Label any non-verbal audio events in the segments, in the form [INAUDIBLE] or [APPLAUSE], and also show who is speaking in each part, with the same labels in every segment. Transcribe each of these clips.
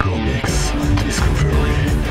Speaker 1: Comics Discovery.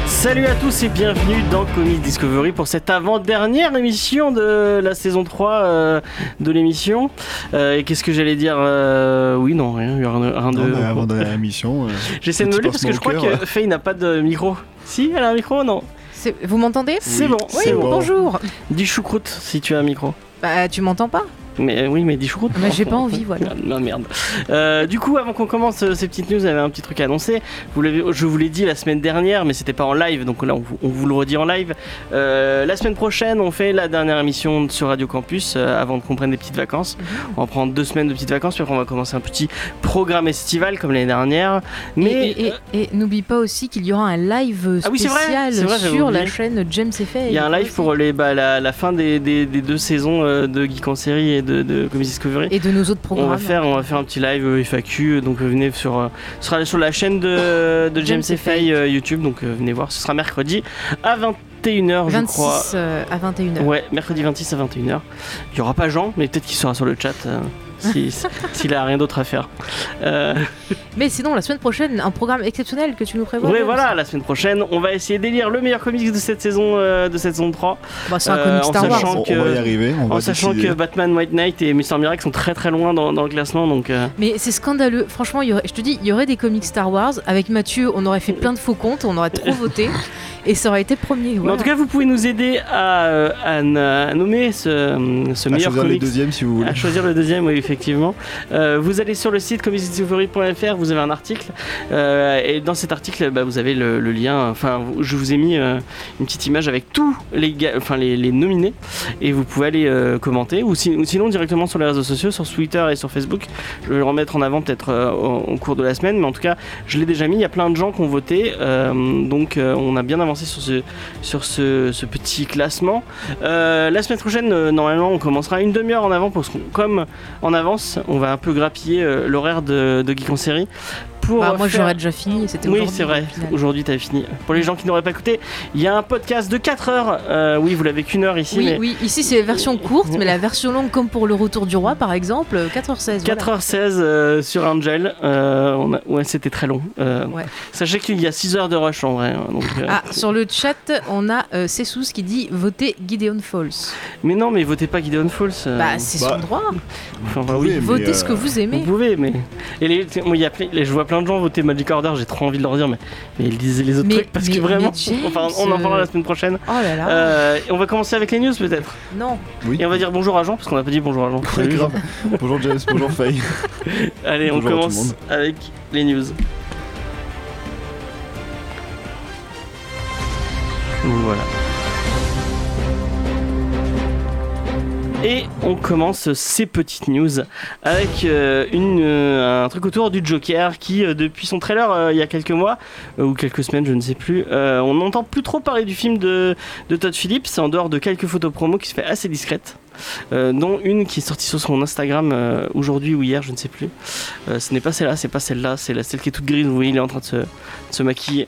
Speaker 2: Salut à tous et bienvenue dans Comics Discovery pour cette avant-dernière émission de la saison 3 euh, de l'émission. Euh, et qu'est-ce que j'allais dire euh, Oui, non, rien, il y a rien de- rien de.
Speaker 3: Non, mais avant de la
Speaker 2: [LAUGHS]
Speaker 3: mission. euh,
Speaker 2: J'essaie de me
Speaker 3: petit
Speaker 2: lever parce que je crois
Speaker 3: pincement au
Speaker 2: que
Speaker 3: cœur.
Speaker 2: Faye n'a pas de micro. Si, elle a un micro Non.
Speaker 4: C'est- Vous m'entendez
Speaker 2: C'est bon,
Speaker 4: Oui,
Speaker 2: c'est bon.
Speaker 4: bonjour.
Speaker 2: Dis choucroute si tu as un micro.
Speaker 4: Bah, tu m'entends pas
Speaker 2: Mais euh, oui, mais dis choucroute.
Speaker 4: Mais j'ai pas envie, voilà.
Speaker 2: Ah, [LAUGHS] ma merde. Euh, du coup, avant qu'on commence euh, ces petites news, j'avais un petit truc à annoncer. Vous l'avez- je vous l'ai dit la semaine dernière, mais c'était pas en live, donc là on vous, on vous le redit en live. Euh, la semaine prochaine, on fait la dernière émission sur Radio Campus euh, avant qu'on prenne des petites vacances.
Speaker 4: Mhm.
Speaker 2: On va prendre deux semaines de petites vacances, puis après on va commencer un petit programme estival comme l'année dernière. Mais euh,
Speaker 4: Et, et- et- et n'oublie pas aussi qu'il y aura un live
Speaker 2: Ah oui, c'est vrai,
Speaker 4: spécial
Speaker 2: c'est vrai, j'avais
Speaker 4: sur la
Speaker 2: oublié.
Speaker 4: chaîne James Effet.
Speaker 2: Il y a un live pour les, bah, la, la fin des, des- des deux saisons euh, de Geek en série et de, de Comics Discovery.
Speaker 4: Et de nos autres
Speaker 2: on
Speaker 4: programmes.
Speaker 2: va, faire, on va faire un petit live euh, FAQ, euh, donc euh, venez sur, euh, ce sera sur la chaîne de, de James
Speaker 4: James
Speaker 2: et Faye
Speaker 4: Faye.
Speaker 2: euh, YouTube, donc euh, venez voir, ce sera mercredi à 21h je
Speaker 4: 26
Speaker 2: crois.
Speaker 4: euh, à 21h.
Speaker 2: Ouais, mercredi 26 à 21h. Il n'y aura pas Jean, mais peut-être qu'il sera sur le chat euh, [LAUGHS] si- s'il a rien d'autre à faire. Euh,
Speaker 4: Mais sinon, la semaine prochaine, un programme exceptionnel que tu nous prévois.
Speaker 2: ouais,
Speaker 4: James.
Speaker 2: voilà, la semaine prochaine, on va essayer d'élire le meilleur comics de cette saison, euh, de cette saison 3.
Speaker 4: Bah, c'est un
Speaker 2: Euh,
Speaker 4: comic
Speaker 2: en
Speaker 4: Star Wars.
Speaker 2: sachant
Speaker 3: on,
Speaker 2: que-
Speaker 3: on va y arriver. On
Speaker 2: En
Speaker 3: va
Speaker 2: sachant
Speaker 3: décider.
Speaker 2: que Batman, White Knight et Mister Miracle sont très très loin dans, dans le classement, donc euh,
Speaker 4: Mais c'est scandaleux. Franchement, il y aurait- je te dis, il y aurait des comics Star Wars. Avec Mathieu, on aurait fait plein de faux comptes, on
Speaker 2: [LAUGHS]
Speaker 4: aurait trop voté. et ça aurait été premier.
Speaker 2: Mais
Speaker 4: voilà.
Speaker 2: en tout cas, vous pouvez nous aider à, euh, à n- à nommer ce, euh, ce
Speaker 3: à
Speaker 2: meilleur
Speaker 3: choisir les
Speaker 2: comics.
Speaker 3: deuxièmes si
Speaker 2: [LAUGHS]
Speaker 3: vous voulez.
Speaker 2: À choisir le deuxième, oui, effectivement. Euh, vous allez sur le site comicsdiscovery.fr, vous avez un article. euh, et dans cet article, bah, vous avez le, le lien. Enfin, vous- je vous ai mis euh, une petite image avec tous les, ga- enfin, les, les nominés. Et vous pouvez aller euh, commenter. Ou, si- ou sinon, directement sur les réseaux sociaux, sur Twitter et sur Facebook. Je vais le remettre en avant peut-être euh, au, au cours de la semaine. Mais en tout cas, je l'ai déjà mis. Il y a plein de gens qui ont voté. euh, donc, euh, on a bien avancé sur ce, sur ce, ce petit classement. Euh, la semaine prochaine, euh, normalement, on commencera une demi-heure en avant parce qu'on, comme en avance, on va un peu grappiller euh, l'horaire de, de Geek en série. Pour
Speaker 4: Bah, moi,
Speaker 2: faire-
Speaker 4: j'aurais déjà fini. C'était
Speaker 2: Oui,
Speaker 4: aujourd'hui,
Speaker 2: c'est vrai.
Speaker 4: au final.
Speaker 2: Aujourd'hui, t'as fini. Pour les gens qui n'auraient pas écouté, il y a un podcast de 4 heures. Euh, oui, vous l'avez qu'une heure ici,
Speaker 4: Oui,
Speaker 2: mais
Speaker 4: oui, ici c'est la version courte, mais la version longue, comme pour le retour du roi par exemple, euh, 4h16.
Speaker 2: 4h16 euh, sur Angel. Euh, on a- Ouais, c'était très long. Euh,
Speaker 4: Ouais.
Speaker 2: Sachez qu'il y a 6 heures de rush en vrai. hein, donc, euh,
Speaker 4: Ah, sur le chat, on a euh, Sessous qui dit voter Gideon Falls.
Speaker 2: Mais non, mais votez pas Gideon Falls. euh,
Speaker 4: bah, c'est
Speaker 3: bah,
Speaker 4: son droit.
Speaker 2: enfin, bah oui.
Speaker 3: mais,
Speaker 4: Votez ce
Speaker 3: euh,
Speaker 4: que vous
Speaker 2: Vous
Speaker 4: aimez.
Speaker 2: pouvez, mais. Et les, moi, il y a plein- les- je vois plein de gens voter Magic Order, j'ai trop envie de leur dire, mais, mais ils disaient les autres
Speaker 4: Mais-
Speaker 2: trucs parce
Speaker 4: mais-
Speaker 2: que vraiment.
Speaker 4: mais James,
Speaker 2: enfin, on en parlera la semaine prochaine.
Speaker 4: Oh là là.
Speaker 2: Euh, et on va commencer avec les news peut-être.
Speaker 4: Non.
Speaker 3: Oui.
Speaker 2: Et on va dire bonjour à Jean parce qu'on n'a pas dit bonjour à Jean.
Speaker 3: Très
Speaker 2: Salut,
Speaker 3: grave. [LAUGHS] bonjour James,
Speaker 2: [LAUGHS]
Speaker 3: bonjour Faye.
Speaker 2: Jean. Allez, on
Speaker 3: Bonjour à tout le
Speaker 2: commence
Speaker 3: monde.
Speaker 2: avec les news. Voilà. Et on commence ces petites news avec euh, une, euh, un truc autour du Joker qui, euh, depuis son trailer euh, il y a quelques mois, euh, ou quelques semaines, je ne sais plus, euh, on n'entend plus trop parler du film de, de Todd Phillips, en dehors de quelques photos promo qui se fait assez discrète, euh, dont une qui est sortie sur son Instagram euh, aujourd'hui ou hier, je ne sais plus. Euh, ce n'est pas celle-là, c'est pas celle-là, c'est la celle qui est toute grise, vous voyez, il est en train de se, de se maquiller.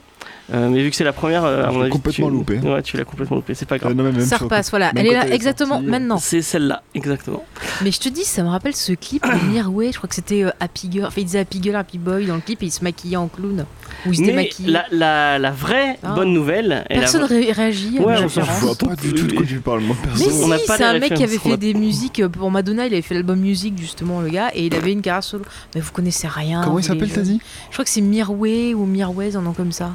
Speaker 2: Euh, mais vu que c'est la première, euh, à
Speaker 3: Je
Speaker 2: mon
Speaker 3: l'ai
Speaker 2: avis,
Speaker 3: complètement
Speaker 2: tu-
Speaker 3: loupé.
Speaker 2: Ouais, tu l'as complètement loupé, c'est pas grave.
Speaker 3: Euh, non, mais même
Speaker 4: ça
Speaker 3: sur-
Speaker 4: repasse, voilà.
Speaker 3: même
Speaker 4: Elle est
Speaker 3: quand
Speaker 4: là
Speaker 3: est
Speaker 4: exactement
Speaker 3: sortie,
Speaker 4: maintenant.
Speaker 2: C'est celle-là, exactement.
Speaker 4: Mais je te dis, ça me rappelle ce clip de Mirway, je crois que c'était euh, Happy Girl. Enfin, il disait Happy Girl, Happy Boy dans le clip et il se maquillait en clown. Ou il se
Speaker 2: Mais
Speaker 4: démaquillait.
Speaker 2: la, la, la vraie
Speaker 4: Ah.
Speaker 2: bonne nouvelle, et la
Speaker 4: Personne
Speaker 2: vraie-
Speaker 4: ré- réagit à
Speaker 2: Ouais,
Speaker 4: mes
Speaker 2: on s'en
Speaker 3: Je
Speaker 4: références.
Speaker 3: vois pas du tout de quoi tu parles, moi perso.
Speaker 4: Mais
Speaker 2: On n'a
Speaker 4: si,
Speaker 2: pas
Speaker 4: c'est
Speaker 2: les
Speaker 4: un mec qui avait
Speaker 2: références, on
Speaker 4: fait
Speaker 2: a-
Speaker 4: des musiques euh, pour Madonna, il avait fait l'album Music justement, le gars, et il avait une carrière solo. Mais vous connaissez rien.
Speaker 3: Comment il
Speaker 4: vous,
Speaker 3: s'appelle,
Speaker 4: les
Speaker 3: t'as
Speaker 4: jeunes.
Speaker 3: dit
Speaker 4: Je crois que c'est Mirway ou Mirway, un nom comme ça.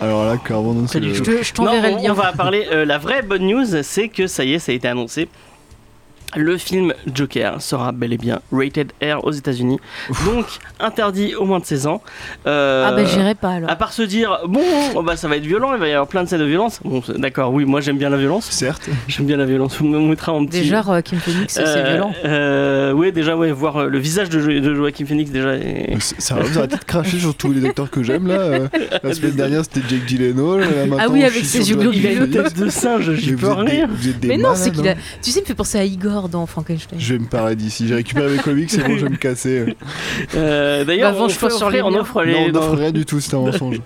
Speaker 3: Alors là, clairement, non, c'est
Speaker 2: Pas du
Speaker 3: le-
Speaker 4: Je, te- je
Speaker 2: Non,
Speaker 4: t'enverrai
Speaker 2: on-
Speaker 4: le lien.
Speaker 2: On va parler. euh, la vraie bonne news, c'est que ça y est, ça a été annoncé. Le film Joker sera bel et bien rated R aux États-Unis, donc interdit au moins de 16 ans. Euh,
Speaker 4: Ah bah j'irai pas alors.
Speaker 2: à part se dire, bon, oh bah, ça va être violent, il va y avoir plein de scènes de violence. Bon, c'est- d'accord, oui, moi j'aime bien la violence.
Speaker 3: Certes.
Speaker 2: J'aime bien la violence. On me mettra en petit.
Speaker 4: Déjà, euh, Kim Phoenix, c'est
Speaker 2: Euh,
Speaker 4: violent.
Speaker 2: euh, ouais, déjà, ouais, voir euh, le visage de, Jo- de Joaquin Phoenix, déjà.
Speaker 4: [LAUGHS]
Speaker 2: est-
Speaker 3: C'est- Ça va, vous arrêtez de cracher sur tous les acteurs que j'aime là. euh,
Speaker 2: [LAUGHS]
Speaker 3: La semaine dernière c'était Jake Gyllenhaal. là, maintenant,
Speaker 4: Ah oui,
Speaker 3: je
Speaker 4: avec
Speaker 3: suis
Speaker 4: ses
Speaker 3: sur
Speaker 4: yeux
Speaker 3: Joaquin
Speaker 2: Il a une
Speaker 3: Phoenix.
Speaker 2: tête de singe, j'y
Speaker 3: Mais
Speaker 2: peux
Speaker 3: [LAUGHS] vous êtes des-
Speaker 2: rien.
Speaker 3: vous êtes des
Speaker 4: Mais non,
Speaker 3: malades,
Speaker 4: c'est qu'il
Speaker 3: hein.
Speaker 4: a. Tu sais, il me fait penser à Igor dans Frankenstein.
Speaker 3: Je vais me parler d'ici. J'ai récupéré mes comics, c'est bon, je vais
Speaker 2: [LAUGHS]
Speaker 3: me casser.
Speaker 2: Euh, D'ailleurs,
Speaker 4: Bah,
Speaker 2: on,
Speaker 4: venge-toi
Speaker 2: fait
Speaker 4: sur
Speaker 2: offrir-
Speaker 4: les
Speaker 2: on
Speaker 4: miens.
Speaker 2: offre
Speaker 3: Non,
Speaker 2: les.
Speaker 3: on n'offre rien du tout, c'est un mensonge.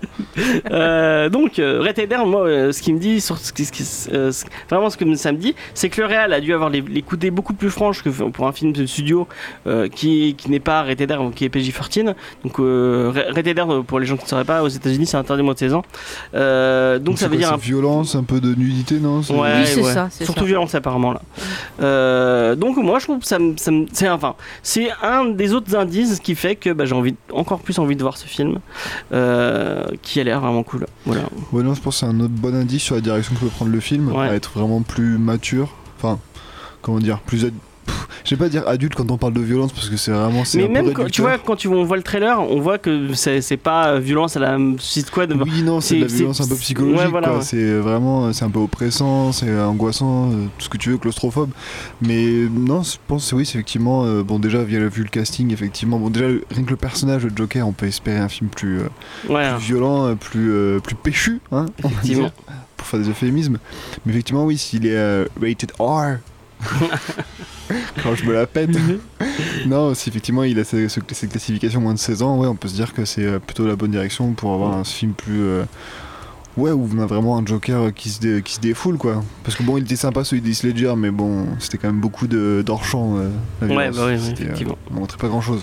Speaker 2: Euh, donc, euh, Rated R, moi, euh, ce qu'il me dit, sur ce qui- ce qui- euh, ce- vraiment ce que ça me dit, c'est que le réal a dû avoir les, les coudées beaucoup plus franches que pour un film de studio euh, qui, qui n'est pas Rated R, qui est PG-14. Donc, euh, Ra- Rated R, pour les gens qui ne sauraient pas, aux États-Unis, c'est interdit moins de 16 ans. Euh, donc, ça
Speaker 3: c'est
Speaker 2: veut
Speaker 3: quoi,
Speaker 2: dire un
Speaker 3: c'est violence, un peu de nudité, non c'est-
Speaker 2: Ouais,
Speaker 4: Oui, c'est
Speaker 2: ouais.
Speaker 4: ça, c'est
Speaker 2: Surtout
Speaker 4: ça.
Speaker 2: violence apparemment là. Euh, donc moi je trouve que ça, me- ça me- c'est enfin c'est un des autres indices qui fait que bah, j'ai envie encore plus envie de voir ce film euh, qui a l'air vraiment cool. Voilà.
Speaker 3: Ouais, non, je pense que c'est un autre bon indice sur la direction que peut prendre le film,
Speaker 2: Ouais.
Speaker 3: à être vraiment plus mature. Enfin, comment dire, plus. ad- Pff, Je vais pas dire adulte quand on parle de violence parce que c'est vraiment. c'est
Speaker 2: Mais
Speaker 3: un peu
Speaker 2: même quand, tu vois
Speaker 3: réducteur.
Speaker 2: quand tu on voit le trailer, on voit que c'est c'est pas euh, violence à la Suicide Squad.
Speaker 3: Oui, non, c'est de la
Speaker 2: c'est-
Speaker 3: violence un peu
Speaker 2: c'est-
Speaker 3: psychologique.
Speaker 2: ouais, voilà,
Speaker 3: quoi.
Speaker 2: ouais.
Speaker 3: C'est vraiment, euh, c'est un peu oppressant, c'est euh, angoissant, euh, tout ce que tu veux, claustrophobe. Mais euh, non, je pense que oui, c'est effectivement, euh, bon déjà via le- vu le casting, effectivement, bon déjà le- rien que le personnage de Joker, on peut espérer un film plus, euh,
Speaker 2: Ouais.
Speaker 3: plus violent, euh, plus euh, plus péchu, hein, on va
Speaker 2: Ah. Effectivement.
Speaker 3: dire, pour faire des euphémismes. Mais effectivement, oui, s'il est euh, rated
Speaker 2: [LAUGHS]
Speaker 3: R. Quand je me la pète. non, si effectivement il a ce- ce- cette classification moins de 16 ans, ouais, on peut se dire que c'est euh, plutôt la bonne direction pour avoir un film plus. euh, Ouais, où on a vraiment un Joker qui se, dé- qui se défoule, quoi. Parce que bon, il était sympa celui d'Heath Ledger, mais bon, c'était quand même beaucoup de d'hors-champ. euh, la
Speaker 2: Ouais,
Speaker 3: violence.
Speaker 2: bah ouais, ouais,
Speaker 3: C'était, euh,
Speaker 2: effectivement.
Speaker 3: on montrait pas grand-chose.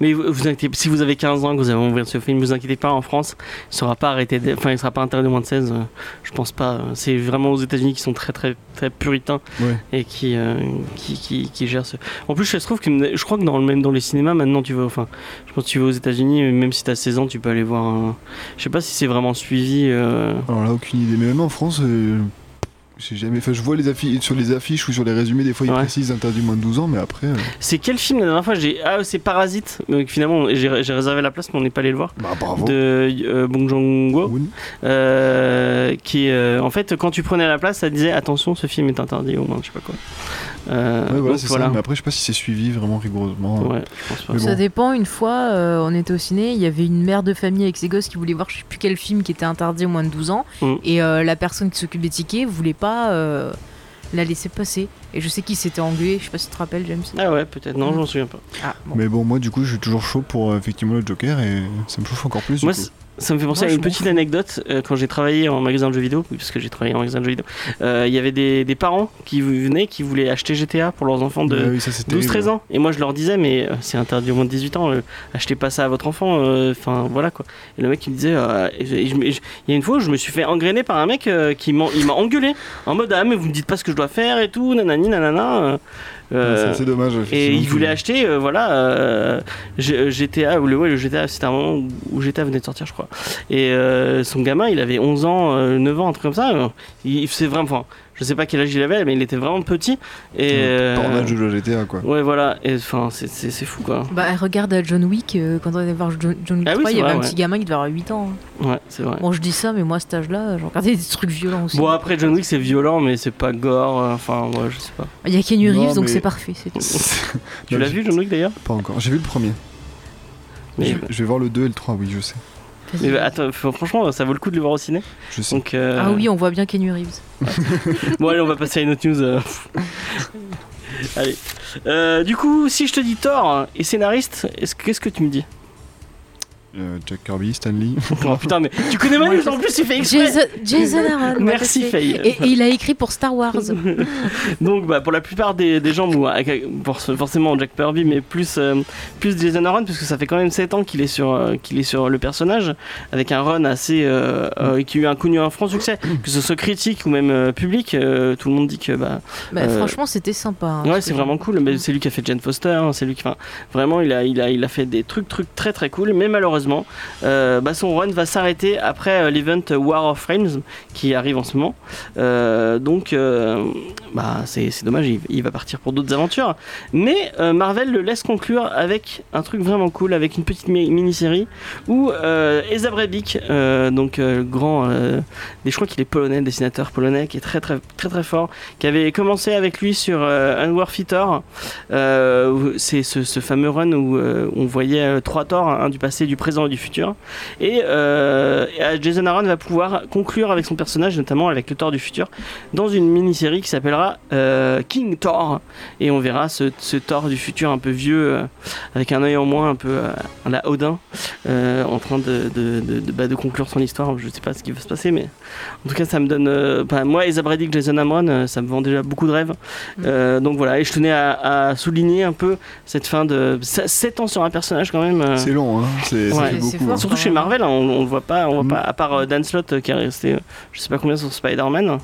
Speaker 2: Mais vous, vous inquiétez, si vous avez 15 ans que vous avez ouvert ce film, vous inquiétez pas, en France, il sera pas arrêté, de- enfin il sera pas interdit de moins de 16. euh, je pense pas. euh, C'est vraiment aux États-Unis qui sont très très très puritains
Speaker 3: Ouais.
Speaker 2: et qui, euh, qui, qui qui gèrent ce. En plus, je trouve que je crois que dans le même dans les cinémas maintenant tu vas, enfin, je pense que tu vas aux États-Unis, même si t'as 16 ans, tu peux aller voir. un- Je sais pas si c'est vraiment suivi. euh,
Speaker 3: Alors là, aucune idée. Mais même en France, euh, j'ai jamais. Enfin, je vois les affiches, sur les affiches ou sur les résumés, des fois ils
Speaker 2: Ouais.
Speaker 3: précisent interdit moins de 12 ans, mais après. euh,
Speaker 2: C'est quel film la dernière fois j'ai ah c'est Parasite. euh, que finalement j'ai j'ai réservé la place mais on n'est pas allé le voir.
Speaker 3: Bah bravo.
Speaker 2: De euh, Bong Joon-ho.
Speaker 3: Oui.
Speaker 2: Euh, qui euh, en fait quand tu prenais la place ça disait attention ce film est interdit au moins je sais pas quoi Euh,
Speaker 3: Ouais, voilà,
Speaker 2: donc
Speaker 3: c'est ça. Mais après, je sais pas si c'est suivi vraiment rigoureusement.
Speaker 2: Ouais, je pense pas.
Speaker 3: Mais
Speaker 4: Ça
Speaker 3: bon.
Speaker 4: dépend, une fois, euh, on était au ciné, il y avait une mère de famille avec ses gosses qui voulait voir je sais plus quel film qui était interdit aux moins de 12 ans,
Speaker 2: Mm.
Speaker 4: et euh, la personne qui s'occupe des tickets voulait pas euh, la laisser passer. Et je sais qu'il s'était engueulé, je sais pas si tu te rappelles, James.
Speaker 2: ah ouais peut-être non je m'en souviens pas
Speaker 4: Ah, bon.
Speaker 3: Mais bon, moi, du coup, je suis toujours chaud pour euh, effectivement le Joker et ça me chauffe encore plus. du
Speaker 2: moi
Speaker 3: coup.
Speaker 2: c- ça me fait penser
Speaker 4: Moi,
Speaker 2: à
Speaker 4: je
Speaker 2: une
Speaker 4: m'en
Speaker 2: petite
Speaker 4: fous.
Speaker 2: anecdote euh, quand j'ai travaillé en magasin de jeux vidéo oui, parce que j'ai travaillé en magasin de jeux vidéo euh, il y avait des, des parents qui venaient qui voulaient acheter GTA pour leurs enfants de
Speaker 3: Ouais, Ah oui, ça, c'est terrible.
Speaker 2: 12-13 ans et moi je leur disais mais euh, c'est interdit au moins de 18 ans euh, achetez pas ça à votre enfant euh, enfin voilà quoi et le mec il me disait euh, et je- et je- et je- il y a une fois où je me suis fait engrainer par un mec euh, qui m'en- il m'a engueulé en mode ah mais vous me dites pas ce que je dois faire et tout nanani nanana euh,
Speaker 3: Ouais,
Speaker 2: euh,
Speaker 3: c'est- c'est dommage.
Speaker 2: et
Speaker 3: effectivement,
Speaker 2: il
Speaker 3: que-
Speaker 2: voulait acheter euh, voilà euh, G- euh, GTA ou le, ouais, le GTA c'était un moment où- où GTA venait de sortir je crois et euh, son gamin il avait 11 ans euh, 9 ans un truc comme ça euh, il faisait vraiment enfin, je sais pas quel âge il avait mais il était vraiment petit et
Speaker 3: Ouais, Pornage
Speaker 2: euh,
Speaker 3: de jeu GTA, quoi.
Speaker 2: Ouais, voilà, et enfin, c'est- c'est c'est fou quoi.
Speaker 4: Bah, regarde à John Wick, euh, quand on allait voir John, John Wick
Speaker 2: Ah oui,
Speaker 4: 3, il
Speaker 2: c'est
Speaker 4: y avait
Speaker 2: vrai,
Speaker 4: un
Speaker 2: ouais.
Speaker 4: petit gamin qui devait avoir 8 ans. hein.
Speaker 2: Ouais, c'est vrai.
Speaker 4: Bon, je dis ça, mais moi, à cet âge-là, je regardais des trucs violents aussi.
Speaker 2: Bon, après, John Wick c'est violent, mais c'est pas gore, euh, enfin, ouais, je sais pas.
Speaker 4: Il y a Kenny
Speaker 3: Non,
Speaker 4: Reeves, donc
Speaker 3: mais-
Speaker 4: c'est parfait. c'est tout.
Speaker 2: Tu
Speaker 3: Non,
Speaker 2: l'as
Speaker 3: j'ai-
Speaker 2: vu, John Wick d'ailleurs
Speaker 3: Pas encore. J'ai vu le premier.
Speaker 2: mais,
Speaker 3: Je, je vais voir le 2 et le 3, oui, je sais.
Speaker 4: Vas-y.
Speaker 2: mais bah, attends, faut- franchement, ça vaut le coup de le voir au ciné.
Speaker 3: Je sais.
Speaker 2: Donc, euh,
Speaker 4: Ah oui, on voit bien Kenny Reeves.
Speaker 2: Bon, allez, on va passer à une autre news. euh.
Speaker 4: [LAUGHS]
Speaker 2: allez. Euh, du coup, si je te dis Thor hein, et scénariste, est-ce que- qu'est-ce que tu me dis
Speaker 3: Euh, Jack Kirby, Stanley.
Speaker 2: Oh putain, mais tu connais ma
Speaker 4: Moi,
Speaker 2: news
Speaker 4: je
Speaker 2: en plus, il fait exprès
Speaker 4: Jason, Jason Aaron. on va
Speaker 2: Merci,
Speaker 4: passer.
Speaker 2: Faye.
Speaker 4: Et, et il a écrit pour Star Wars.
Speaker 2: [LAUGHS] Donc bah, pour la plupart des, des gens, bon, avec- for- forcément Jack Kirby, mais plus, euh, plus Jason Aaron, parce que ça fait quand même 7 ans qu'il est, sur, euh, qu'il est sur le personnage, avec un run assez... euh, euh, qui a eu un connu un franc succès, que ce soit critique ou même euh, public, euh, tout le monde dit que... Bah,
Speaker 4: Bah,
Speaker 2: Euh,
Speaker 4: Franchement, c'était sympa. hein,
Speaker 2: ouais,
Speaker 4: parce
Speaker 2: c'est
Speaker 4: que-
Speaker 2: vraiment cool, mais c'est lui qui a fait Jane Foster, hein, c'est lui qui... Enfin, vraiment, il a, il, a, il a fait des trucs, trucs très très cool, mais malheureusement, euh, bah, son run va s'arrêter après euh, l'event War of Frames qui arrive en ce moment. Euh, donc, euh, bah, c'est c'est dommage, il, il va partir pour d'autres aventures. Mais euh, Marvel le laisse conclure avec un truc vraiment cool, avec une petite mi- mini-série où euh, Esa Breivik, euh, donc euh, le grand, euh, et je crois qu'il est polonais, dessinateur polonais, qui est très très très très fort, qui avait commencé avec lui sur euh, Unworth Thor. Euh, où- c'est ce, ce fameux run où euh, on voyait euh, trois Thor, un du passé, du présent et du futur. Et euh, et Jason Aaron va pouvoir conclure avec son personnage, notamment avec le Thor du futur, dans une mini-série qui s'appellera euh, King Thor. Et on verra ce, ce Thor du futur un peu vieux, euh, avec un œil en moins, un peu euh, à la Odin, euh, en train de, de, de- de- bah, de conclure son histoire. Je sais pas ce qui va se passer, mais en tout cas, ça me donne. euh, bah, moi, Isa Bradick, Jason Amron, euh, ça me vend déjà beaucoup de rêves. Euh, donc voilà, et je tenais à, à souligner un peu cette fin de. 7 ans sur un personnage quand même. euh,
Speaker 3: C'est long, hein. C'est ça
Speaker 2: Ouais.
Speaker 3: fait
Speaker 4: C'est- c'est
Speaker 3: beaucoup.
Speaker 4: fort.
Speaker 3: hein.
Speaker 2: Surtout chez Marvel, hein, on, on le voit pas, on voit
Speaker 3: Mm.
Speaker 2: pas, à part euh, Dan Slott euh, qui est resté, euh, je sais pas combien sur Spider-Man.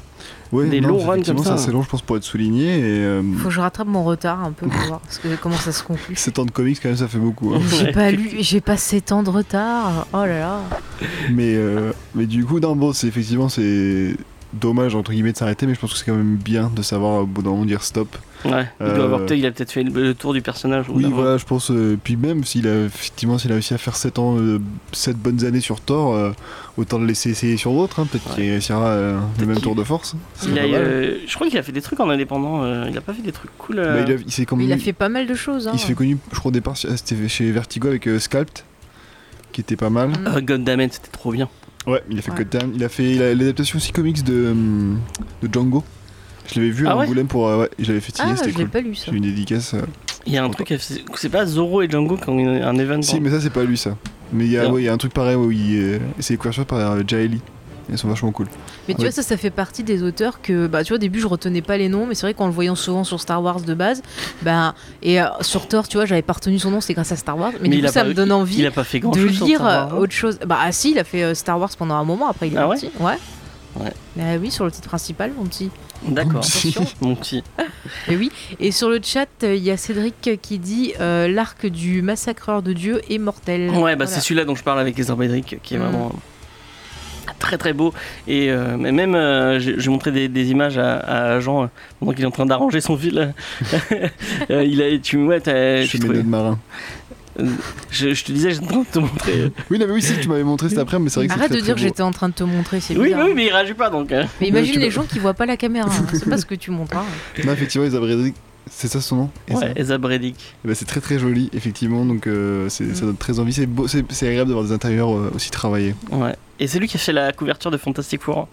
Speaker 3: Ouais,
Speaker 2: Des
Speaker 3: non,
Speaker 2: longs runs comme
Speaker 3: effectivement,
Speaker 2: ça.
Speaker 3: C'est assez long, je pense, pour être souligné. Et, euh, [LAUGHS]
Speaker 4: Faut que je rattrape mon retard un peu
Speaker 2: [LAUGHS]
Speaker 4: pour voir parce que comment ça se conclut.
Speaker 3: 7 ans de comics, quand même, ça fait beaucoup.
Speaker 4: [LAUGHS]
Speaker 3: hein.
Speaker 4: J'ai
Speaker 2: Ouais.
Speaker 4: pas lu, j'ai pas 7 ans de retard. Oh là là.
Speaker 3: mais, euh, mais du coup, non, bon, c'est effectivement, c'est dommage, entre guillemets, de s'arrêter, mais je pense que c'est quand même bien de savoir au bout d'un moment dire stop.
Speaker 2: Ouais, il, doit
Speaker 3: Euh,
Speaker 2: avoir peut-être- il a peut-être fait le, le tour du personnage. au bout
Speaker 3: Oui,
Speaker 2: d'un moment.
Speaker 3: voilà, je pense. euh, puis même, s'il a, effectivement, s'il a réussi à faire 7 ans, 7 bonnes années sur Thor, euh, autant le laisser essayer sur d'autres. hein, Peut-être
Speaker 2: Ouais.
Speaker 3: qu'il réussira euh, le
Speaker 2: Peut-être
Speaker 3: même
Speaker 2: qu'il-
Speaker 3: tour de force. C'est
Speaker 2: Il a,
Speaker 3: pas mal.
Speaker 2: euh, je crois qu'il a fait des trucs en indépendant, euh, il a pas fait des trucs cool.
Speaker 3: Bah,
Speaker 2: euh,
Speaker 3: il a- il s'est quand
Speaker 4: Mais il a
Speaker 3: même-
Speaker 4: fait pas mal de choses. hein.
Speaker 3: il se fait connu, je crois, au départ, chez- c'était chez Vertigo avec euh, Sculpt, qui était pas mal.
Speaker 2: euh, Goddammit, c'était trop bien.
Speaker 3: Ouais, il a fait
Speaker 4: Ouais.
Speaker 3: Code Time. Il a fait il a- l'adaptation aussi comics de, hum, de Django. Je l'avais vu
Speaker 2: Ah
Speaker 3: à
Speaker 2: ouais
Speaker 3: Angoulême pour. euh, ouais, je l'avais fait signer,
Speaker 4: Ah, je
Speaker 3: c'était
Speaker 4: l'ai
Speaker 3: cool.
Speaker 4: pas lu ça.
Speaker 3: J'ai eu une dédicace. euh.
Speaker 2: Il y a un
Speaker 3: Encore.
Speaker 2: truc, c'est c'est pas Zoro et Django qui ont une- un event.
Speaker 3: Si, mais ça, c'est pas lui, ça. Mais il y, a,
Speaker 2: Non.
Speaker 3: ouais, il y a un truc pareil où il. euh, c'est les couvertures par euh, Jaeli. Elles sont vachement cool.
Speaker 4: Mais tu
Speaker 3: Ouais.
Speaker 4: vois, ça, ça fait partie des auteurs que, bah, tu vois, au début, je retenais pas les noms, mais c'est vrai qu'en le voyant souvent sur Star Wars de base, bah, et euh, sur Thor, tu vois, j'avais pas retenu son nom, c'est grâce à Star Wars, mais,
Speaker 2: Mais
Speaker 4: du
Speaker 2: il
Speaker 4: coup,
Speaker 2: a
Speaker 4: ça
Speaker 2: pas-
Speaker 4: me donne
Speaker 2: Il
Speaker 4: envie
Speaker 2: a pas fait grand
Speaker 4: de
Speaker 2: chose.
Speaker 4: lire euh, autre chose. Bah, ah, si, il a fait euh, Star Wars pendant un moment, après il est
Speaker 2: hein. Ah ouais
Speaker 4: parti. Ouais.
Speaker 2: Ouais.
Speaker 4: Bah oui, sur le titre principal, mon petit.
Speaker 2: D'accord,
Speaker 4: Attention.
Speaker 2: mon petit.
Speaker 4: Mais Eh oui. Et sur le chat, euh, il y a Cédric qui dit euh, l'arc du massacreur de Dieu est mortel.
Speaker 2: Ouais, bah
Speaker 4: Voilà.
Speaker 2: c'est celui-là dont je parle avec les Bedrick qui est
Speaker 4: Mm.
Speaker 2: vraiment très très beau. Et euh, mais même, euh, j'ai j'ai montré des, des images à, à Jean euh, pendant qu'il est en train d'arranger son fil. [LAUGHS] Euh, il a, tu ouais, t'as- tu
Speaker 3: Chez Ménade
Speaker 2: trouvais-
Speaker 3: Marin.
Speaker 2: je, je te disais, j'étais en train de te montrer.
Speaker 3: Oui, non, mais oui, si, tu m'avais montré cet après, mais c'est vrai que c'est.
Speaker 4: Arrête
Speaker 3: très,
Speaker 4: de dire que
Speaker 3: très beau.
Speaker 4: j'étais en train de te montrer, c'est
Speaker 2: oui,
Speaker 4: bizarre.
Speaker 2: mais oui, mais il réagit pas donc. euh.
Speaker 4: Mais
Speaker 3: Tu
Speaker 4: imagine les
Speaker 3: peux-
Speaker 4: gens qui voient pas la caméra, hein, c'est pas ce que tu
Speaker 3: [LAUGHS]
Speaker 4: montres. hein.
Speaker 3: Non, effectivement, ils avaient raison. C'est ça son nom Et ça
Speaker 2: Ouais, Ezra Bredick.
Speaker 3: Eh ben, c'est très très joli, effectivement, donc euh, c'est- ça
Speaker 4: Mm.
Speaker 3: donne très envie. C'est beau- c'est c'est agréable d'avoir des intérieurs euh, aussi travaillés.
Speaker 2: Ouais. Et c'est lui qui a fait la couverture de Fantastic Four.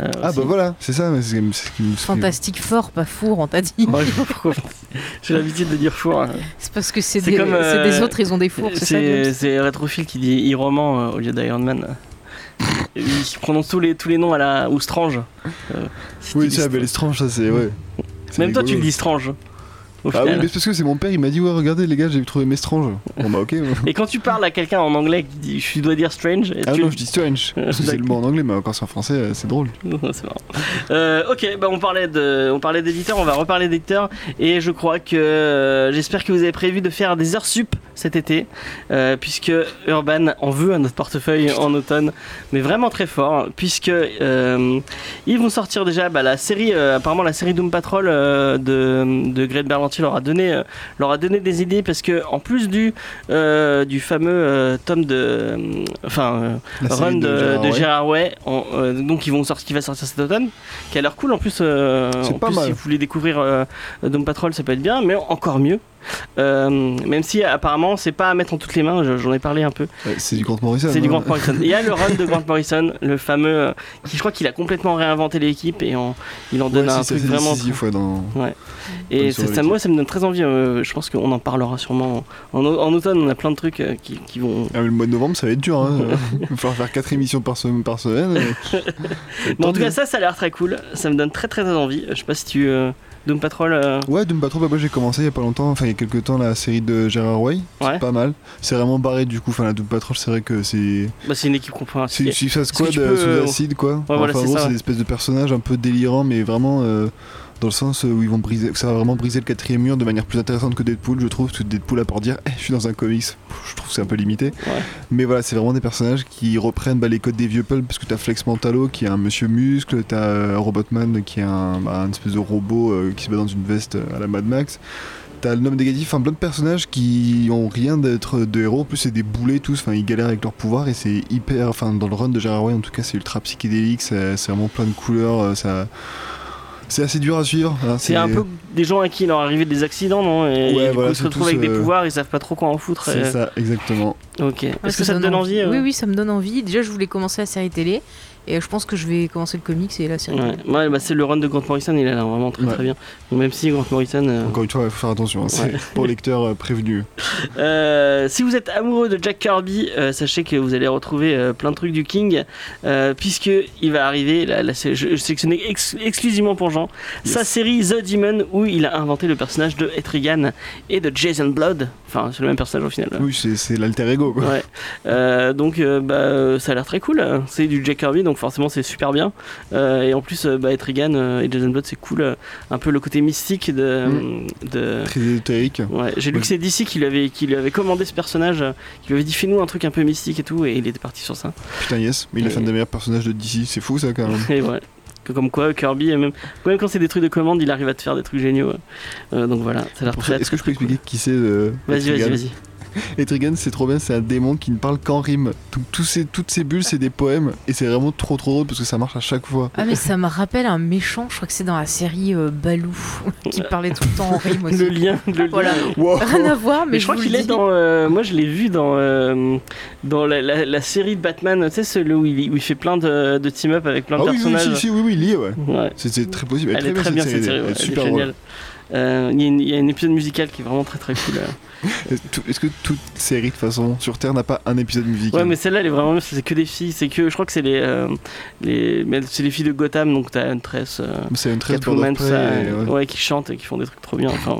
Speaker 2: euh,
Speaker 3: Ah
Speaker 2: aussi.
Speaker 3: bah voilà, c'est ça, c'est c'est ce qui me
Speaker 4: Fantastique fort, pas four, on t'a dit.
Speaker 2: Ouais, je [LAUGHS] sais pas pourquoi. J'ai l'habitude de dire four. hein.
Speaker 4: C'est parce que c'est
Speaker 2: C'est
Speaker 4: des,
Speaker 2: comme, euh,
Speaker 4: c'est des autres, ils ont des fours, c'est ça
Speaker 2: C'est
Speaker 4: James
Speaker 2: c'est Rétrophile qui dit Iroman euh, au lieu d'Iron Man. Et Il prononce tous les, tous les noms à la, ou Strange. Euh, c'est
Speaker 3: Oui,
Speaker 2: il-
Speaker 3: ça, belle strange, ça c'est. Ouais. C'est
Speaker 2: Même toi,
Speaker 3: rigolo.
Speaker 2: tu le dis Strange. au
Speaker 3: Ah oui,
Speaker 2: final.
Speaker 3: mais c'est parce que c'est mon père, il m'a dit Ouais, regardez les gars, j'ai trouvé mes stranges. Bon bah ok.
Speaker 2: [LAUGHS] Et quand tu parles à quelqu'un en anglais qui dit Je dois dire Strange. et
Speaker 3: Ah
Speaker 2: tu-
Speaker 3: non, je dis strange.
Speaker 2: [LAUGHS]
Speaker 3: Parce que c'est le mot en anglais, mais quand c'est en français, euh, c'est drôle.
Speaker 2: C'est marrant. Euh, ok, bah on parlait de, on parlait d'éditeur, on va reparler d'éditeur et je crois que euh, j'espère que vous avez prévu de faire des heures sup cet été, euh, puisque Urban en veut à notre portefeuille en automne, mais vraiment très fort, puisque euh, ils vont sortir déjà bah, la série, euh, apparemment la série Doom Patrol euh, de, de Greg Berlanti leur a donné, euh, leur a donné des idées parce que en plus du euh, du fameux euh, tome de, enfin euh,
Speaker 3: La série
Speaker 2: run de,
Speaker 3: Gérard
Speaker 2: de
Speaker 3: Way.
Speaker 2: Gérard Way, en- euh, donc ils vont sortir, qui va sortir cet automne, qui a l'air cool en plus. euh,
Speaker 3: C'est
Speaker 2: en
Speaker 3: pas
Speaker 2: plus,
Speaker 3: mal.
Speaker 2: Si vous voulez découvrir euh, Doom Patrol, ça peut être bien, mais encore mieux. Euh, même si apparemment c'est pas à mettre en toutes les mains, je- j'en ai parlé un peu.
Speaker 3: Ouais, C'est du Grant Morrison.
Speaker 2: C'est du
Speaker 3: hein.
Speaker 2: Grant Morrison. Il y a le run
Speaker 3: [LAUGHS]
Speaker 2: de Grant Morrison, le fameux, euh, qui je crois qu'il a complètement réinventé l'équipe et en- il en
Speaker 3: Ouais,
Speaker 2: donne
Speaker 3: si,
Speaker 2: un
Speaker 3: c'est
Speaker 2: truc
Speaker 3: assez
Speaker 2: vraiment.
Speaker 3: décisif, ouais, dans-
Speaker 2: Et
Speaker 3: Bonne
Speaker 2: ça,
Speaker 3: soirée,
Speaker 2: ça,
Speaker 3: l'équipe.
Speaker 2: moi ça me donne très envie. euh, je pense qu'on en parlera sûrement en, en- en automne. On a plein de trucs euh, qui, qui vont
Speaker 3: Ah, mais le mois de novembre, ça va être dur.
Speaker 2: [LAUGHS]
Speaker 3: Hein. [LAUGHS] il va falloir faire 4 émissions par semaine. Par semaine
Speaker 2: Bon, en tout cas, ça, ça a l'air très cool. Ça me donne très très envie. Je sais pas si tu. euh, Doom Patrol. euh,
Speaker 3: Ouais, Doom Patrol, bah, moi j'ai commencé il y a pas longtemps, enfin il y a quelques temps, la série de Gérard Way.
Speaker 2: Ouais.
Speaker 3: C'est pas mal. C'est vraiment barré du coup. Enfin, la Doom Patrol, c'est vrai que c'est.
Speaker 2: Bah, c'est une équipe qu'on prend.
Speaker 3: C'est une Suicide Squad
Speaker 2: tu
Speaker 3: euh,
Speaker 2: peux,
Speaker 3: sous
Speaker 2: euh,
Speaker 3: acide, quoi. enfin,
Speaker 2: voilà,
Speaker 3: en
Speaker 2: c'est
Speaker 3: gros,
Speaker 2: ça,
Speaker 3: c'est
Speaker 2: ouais.
Speaker 3: des espèces de personnages un peu délirants, mais vraiment. euh, dans le sens où ils vont briser, ça va vraiment briser le quatrième mur de manière plus intéressante que Deadpool, je trouve, parce que Deadpool a pour dire Eh, je suis dans un comics, je trouve que c'est un peu limité.
Speaker 2: Ouais.
Speaker 3: Mais voilà, c'est vraiment des personnages qui reprennent bah, les codes des vieux pulp, parce que t'as Flex Mantalo qui est un monsieur muscle, t'as euh, Robotman qui est un, bah, un espèce de robot euh, qui se bat dans une veste euh, à la Mad Max. T'as le nom négatif, enfin plein de personnages qui ont rien d'être de héros, en plus c'est des boulets tous, enfin ils galèrent avec leur pouvoir et c'est hyper, enfin dans le run de Gerard Way en tout cas c'est ultra psychédélique, ça- c'est vraiment plein de couleurs, euh, ça... C'est assez dur à suivre. hein,
Speaker 2: C'est un peu des gens à qui il leur arrivait des accidents, non Et
Speaker 3: Ouais,
Speaker 2: du coup,
Speaker 3: voilà,
Speaker 2: ils se
Speaker 3: c'est
Speaker 2: retrouvent
Speaker 3: tous,
Speaker 2: avec des
Speaker 3: euh,
Speaker 2: pouvoirs, ils savent pas trop quoi en foutre.
Speaker 3: C'est
Speaker 2: euh,
Speaker 3: ça, exactement.
Speaker 2: Ok.
Speaker 4: Ouais,
Speaker 2: Est-ce que ça te donne envie, euh
Speaker 4: Oui, oui, ça me donne envie. Déjà, je voulais commencer la série télé et je pense que je vais commencer le comics et la série
Speaker 2: Ouais,
Speaker 4: télé.
Speaker 2: Ouais, bah, c'est le run de Grant Morrison, il a l'air vraiment très
Speaker 3: Ouais.
Speaker 2: très bien. Donc, même si Grant Morrison. euh,
Speaker 3: Encore une fois, il faut faire attention, hein, c'est pour lecteurs euh, prévenus.
Speaker 2: Euh, si vous êtes amoureux de Jack Kirby, euh, sachez que vous allez retrouver euh, plein de trucs du King, euh, puisque il va arriver, là, là, c'est- je, je sélectionnais ex- exclusivement pour Jean, sa série The Demon, où il a inventé le personnage de Etrigan et de Jason Blood. Enfin, c'est le même personnage au final.
Speaker 3: Oui, c'est c'est l'alter ego quoi.
Speaker 2: Ouais. Euh, donc euh, bah, euh, ça a l'air très cool. euh. C'est du Jack Kirby, donc forcément c'est super bien. Euh, et en plus, euh, bah, Etrigan euh, et Jason Blood, c'est cool. euh, un peu le côté mystique de. de-
Speaker 3: Très ésotérique.
Speaker 2: Ouais, j'ai lu
Speaker 3: Ouais.
Speaker 2: que c'est DC qui lui avait, qui lui avait commandé ce personnage, euh, qui lui avait dit fais-nous un truc un peu mystique et tout, et il était parti sur ça.
Speaker 3: Putain, yes, mais il a fait un des meilleurs personnages de DC, c'est fou ça quand même.
Speaker 2: [LAUGHS] Et ouais. Que Comme quoi, Kirby, et même, même quand c'est des trucs de commande, il arrive à te faire des trucs géniaux. euh. Euh, donc voilà, ça a l'air
Speaker 3: Pour
Speaker 2: très,
Speaker 3: ça,
Speaker 2: très,
Speaker 3: Est-ce que je peux
Speaker 2: très cool.
Speaker 3: expliquer qui c'est euh,
Speaker 2: Vas-y, vas-y,
Speaker 3: Etrigan
Speaker 2: vas-y.
Speaker 3: Etrigan, c'est trop bien, c'est un démon qui ne parle qu'en rime. Donc tous ces, toutes ces bulles, c'est des poèmes et c'est vraiment trop trop drôle parce que ça marche à chaque fois.
Speaker 4: Ah, mais ça me rappelle un méchant, je crois que c'est dans la série euh, Balou, [LAUGHS] qui parlait tout le temps
Speaker 2: [LAUGHS]
Speaker 4: en rime aussi.
Speaker 2: Le lien, le lien.
Speaker 4: Voilà.
Speaker 3: Wow.
Speaker 4: Rien à voir, mais,
Speaker 2: Mais je crois
Speaker 4: vous le
Speaker 2: qu'il est
Speaker 4: dis.
Speaker 2: dans. euh, moi, je l'ai vu dans euh, dans la, la- la série de Batman. Tu sais, celui où il, où il fait plein de, de team-up avec plein
Speaker 3: Ah
Speaker 2: de
Speaker 3: oui, oui, oui,
Speaker 2: personnages.
Speaker 3: si, si, oui, oui, lié, ouais.
Speaker 2: Ouais.
Speaker 3: C'est- C'est très possible.
Speaker 2: Elle, est très bien cette série. ouais,
Speaker 3: elle est
Speaker 2: elle est
Speaker 3: super drôle.
Speaker 2: géniale. Euh, Il y, a une- il y a un épisode musical qui est vraiment très très cool. euh.
Speaker 3: Est-ce tout- est-ce que toute série de façon sur Terre n'a pas un épisode musical
Speaker 2: Ouais, mais celle-là, elle est vraiment bien. parce que C'est que des filles. C'est que je crois que c'est les euh, les mais c'est les filles de Gotham. Donc t'as une tresse.
Speaker 3: C'est une très
Speaker 2: Catwoman, ça,
Speaker 3: ouais.
Speaker 2: euh, ouais, qui chantent et qui font des trucs trop bien. Enfin,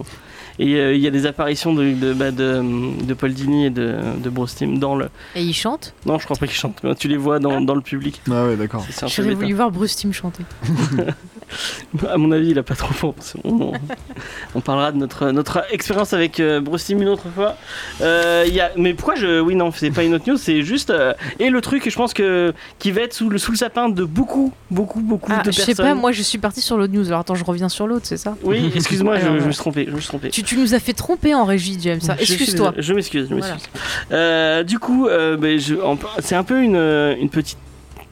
Speaker 2: et euh, il y a des apparitions de de, bah, de, de Paul Dini et de, de Bruce Timm dans le.
Speaker 4: Et il chante.
Speaker 2: Non, je crois pas qu'ils chantent. mais Tu les vois dans, dans le public.
Speaker 3: Ah ouais, d'accord.
Speaker 2: C'est un peu
Speaker 4: J'aurais
Speaker 2: bête,
Speaker 4: voulu voir Bruce Timm chanter.
Speaker 2: hein. À mon avis, il a pas trop fort. On, on parlera de notre, notre expérience avec euh, Bruce Timm une autre fois. Euh, il y a, mais pourquoi je. Oui, non, c'est pas une autre news, c'est juste. euh, et le truc, je pense que. qui va être sous le, sous le sapin de beaucoup, beaucoup, beaucoup
Speaker 4: Ah,
Speaker 2: de
Speaker 4: je
Speaker 2: personnes.
Speaker 4: sais pas, moi je suis partie sur l'autre news. Alors attends, je reviens sur l'autre, c'est ça [LAUGHS]
Speaker 2: Oui, excuse-moi, je,
Speaker 4: Alors,
Speaker 2: je me suis trompé. Je me suis trompé.
Speaker 4: tu, tu nous as fait tromper en régie, James. hein.
Speaker 2: Je suis
Speaker 4: Excuse-toi.
Speaker 2: désolé, Je m'excuse, je
Speaker 4: Voilà.
Speaker 2: m'excuse. Euh, du coup, euh, ben, je- en- c'est un peu une, euh, une petite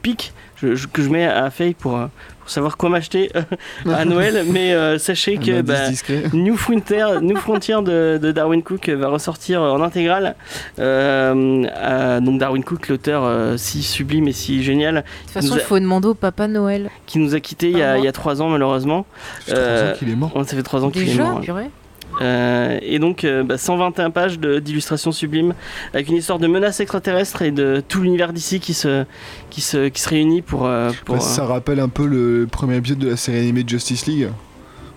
Speaker 2: pique je- je- que je mets à Faye pour, euh, pour savoir quoi m'acheter euh,
Speaker 3: [LAUGHS]
Speaker 2: à Noël, mais euh, sachez
Speaker 3: Un
Speaker 2: que
Speaker 3: indice
Speaker 2: bah,
Speaker 3: discret.
Speaker 2: New Frontier, New Frontier de, de Darwin Cook va ressortir en intégrale. Euh, euh, donc Darwin Cook, l'auteur euh, si sublime et si génial,
Speaker 4: De toute façon,
Speaker 2: Nous a-
Speaker 4: il faut demander au Papa Noël.
Speaker 2: qui nous a quittés il y a,
Speaker 4: Ah, moi.
Speaker 2: il y a trois ans malheureusement.
Speaker 3: Je
Speaker 2: Euh,
Speaker 3: pense qu'il est mort.
Speaker 2: Ça fait trois ans qu'il est
Speaker 4: Déjà,
Speaker 2: mort. ouais.
Speaker 4: purée.
Speaker 2: Euh, et donc euh, bah, 121 pages de- d'illustrations sublimes avec une histoire de menaces extraterrestres et de tout l'univers d'ici qui se, qui, se, qui se réunit pour... euh, pour
Speaker 3: Ouais,
Speaker 2: euh,
Speaker 3: Ça rappelle un peu le premier épisode de la série animée de Justice League.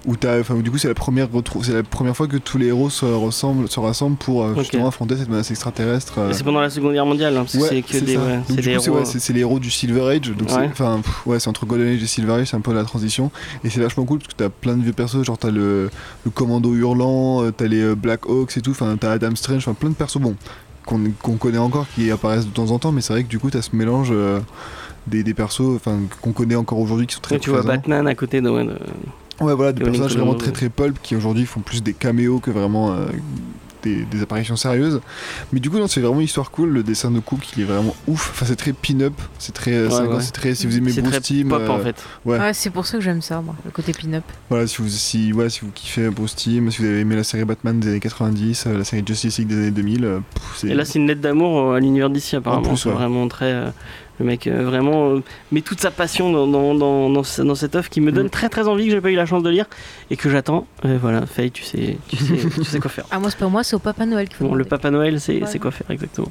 Speaker 3: Où, t'as- enfin, où du coup c'est la première retrou- c'est la première fois que tous les héros se ressemblent, se rassemblent pour euh,
Speaker 2: Ok.
Speaker 3: justement affronter cette menace extraterrestre. euh.
Speaker 2: et C'est pendant la Seconde Guerre mondiale, hein, parce que
Speaker 3: Ouais,
Speaker 2: c'est que
Speaker 3: c'est
Speaker 2: des,
Speaker 3: ça.
Speaker 2: ouais,
Speaker 3: Donc,
Speaker 2: c'est
Speaker 3: du
Speaker 2: des
Speaker 3: coup, c'est
Speaker 2: héros. hein.
Speaker 3: ouais, c'est- c'est les héros du Silver Age. Donc c'est-
Speaker 2: Ouais.
Speaker 3: enfin pff, ouais, c'est entre Golden Age et Silver Age, c'est un peu la transition. Et c'est vachement cool parce que t'as plein de vieux persos, genre t'as le, le commando hurlant, euh, t'as les euh, Black Hawks et tout. Enfin t'as Adam Strange, enfin plein de persos bon qu'on qu'on connaît encore qui apparaissent de temps en temps, mais c'est vrai que du coup t'as ce mélange euh, des, des persos, enfin qu'on connaît encore aujourd'hui qui sont très
Speaker 2: Et tu vois
Speaker 3: présents.
Speaker 2: Batman à côté de... ouais, de-
Speaker 3: Ouais, voilà, des
Speaker 2: Et au
Speaker 3: personnages
Speaker 2: Lincoln
Speaker 3: vraiment
Speaker 2: Lawyer.
Speaker 3: très très pulp qui aujourd'hui font plus des caméos que vraiment euh, des, des apparitions sérieuses. Mais du coup, non, c'est vraiment une histoire cool. Le dessin de Cook, il est vraiment ouf. Enfin, c'est très pin-up, c'est très euh,
Speaker 2: Ouais,
Speaker 3: 50,
Speaker 2: ouais.
Speaker 3: c'est très. Si vous aimez
Speaker 2: c'est
Speaker 3: Bruce
Speaker 2: très
Speaker 3: Team,
Speaker 2: pop
Speaker 3: euh,
Speaker 2: en fait.
Speaker 3: Ouais.
Speaker 4: Ouais, Ah, c'est pour ça que j'aime ça, moi, le côté pin-up.
Speaker 3: voilà, si vous, si, ouais, si vous kiffez Bruce Team, si vous avez aimé la série Batman des années 90, euh, la série Justice League des années 2000, euh, pff, c'est.
Speaker 2: Et là c'est une lettre d'amour euh, à l'univers d'ici apparemment.
Speaker 3: plus,
Speaker 2: C'est
Speaker 3: ouais.
Speaker 2: vraiment très... euh, le mec euh, vraiment euh, met toute sa passion dans, dans, dans, dans ce- dans cette œuvre qui me donne
Speaker 3: Mm.
Speaker 2: très très envie que j'ai pas eu la chance de lire et que j'attends. Euh, voilà, Faye, tu sais, tu sais,
Speaker 3: [LAUGHS]
Speaker 2: tu sais quoi faire.
Speaker 4: Ah, moi, c'est pas moi, c'est au Papa Noël qu'il faut
Speaker 2: Bon, le
Speaker 4: demander.
Speaker 2: Papa Noël, c'est
Speaker 4: Ouais.
Speaker 2: c'est quoi faire exactement.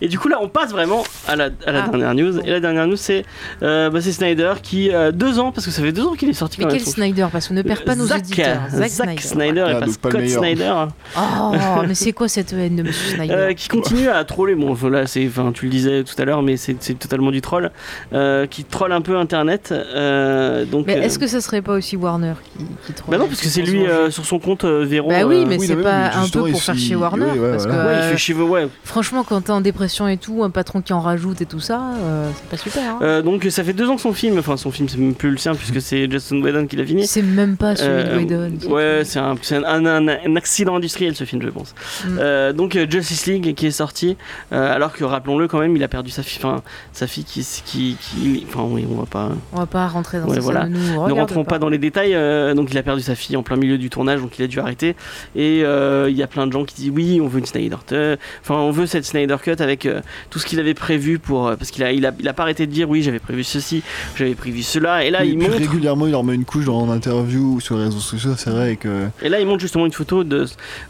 Speaker 2: Et du coup, là, on passe vraiment à la, à la
Speaker 4: Ah.
Speaker 2: dernière news. Et la dernière news, c'est euh, bah, c'est Snyder qui, euh, deux ans, parce que ça fait deux ans qu'il est sorti
Speaker 4: Mais
Speaker 2: quand même.
Speaker 4: quel Snyder Parce qu'on ne perd pas nos
Speaker 2: Zack,
Speaker 4: auditeurs.
Speaker 2: Zack,
Speaker 4: Zack
Speaker 2: Snyder,
Speaker 3: Ah,
Speaker 2: et
Speaker 3: donc
Speaker 2: pas
Speaker 3: pas le
Speaker 2: Scott
Speaker 3: meilleur.
Speaker 2: Snyder,
Speaker 4: Oh, mais c'est quoi cette haine de Monsieur Snyder
Speaker 2: euh, qui continue à troller. Bon, voilà, c'est, enfin, tu le disais tout à l'heure, mais c'est c'est totalement mot du troll, euh, qui troll un peu Internet. euh, donc,
Speaker 4: Mais
Speaker 2: euh,
Speaker 4: est-ce que ça serait pas aussi Warner qui, qui
Speaker 2: bah
Speaker 4: troll
Speaker 2: non, parce que c'est lui euh, sur son compte euh, Véron.
Speaker 4: Bah
Speaker 2: euh,
Speaker 4: oui, mais
Speaker 3: oui,
Speaker 4: c'est
Speaker 3: non, mais
Speaker 4: pas
Speaker 3: oui,
Speaker 4: un peu
Speaker 3: justement,
Speaker 4: pour
Speaker 3: il
Speaker 4: faire
Speaker 3: suit-
Speaker 4: chier Warner.
Speaker 3: oui, ouais,
Speaker 4: parce que,
Speaker 3: voilà.
Speaker 2: ouais, il
Speaker 4: euh,
Speaker 2: fait chier, ouais.
Speaker 4: franchement, quand t'es en dépression et tout, un patron qui en rajoute et tout ça, euh, c'est pas super. hein.
Speaker 2: Euh, donc ça fait deux ans que son film, enfin son film c'est même plus le sien puisque c'est Justin Whedon qui l'a fini.
Speaker 4: c'est même pas celui
Speaker 2: Euh,
Speaker 4: de Whedon. c'est
Speaker 2: Ouais,
Speaker 4: tout.
Speaker 2: c'est un, c'est un- un- un accident industriel ce film, je pense.
Speaker 4: Mm.
Speaker 2: Euh, donc euh, Justice League qui est sorti, euh, alors que rappelons-le quand même, il a perdu sa fille, enfin sa fille qui, qui, qui- enfin oui, on va pas,
Speaker 4: On va pas rentrer dans
Speaker 2: Ouais,
Speaker 4: ça, ça
Speaker 2: voilà.
Speaker 4: ne nous
Speaker 2: ne
Speaker 4: regarde
Speaker 2: rentrons pas. dans les détails. euh, donc il a perdu sa fille en plein milieu du tournage, donc il a dû arrêter. Et euh, il y a plein de gens qui disent oui, on veut une Snyder, Cut. enfin on veut cette Snyder Cut avec euh, tout ce qu'il avait prévu pour, euh, parce qu'il a, il a, il a pas arrêté de dire oui, j'avais prévu ceci, j'avais prévu cela, et là
Speaker 3: Mais
Speaker 2: il
Speaker 3: plus
Speaker 2: montre.
Speaker 3: régulièrement, il leur met une couche dans l'interview ou sur les réseaux sociaux, c'est vrai que.
Speaker 2: Et là, il montre justement une photo de-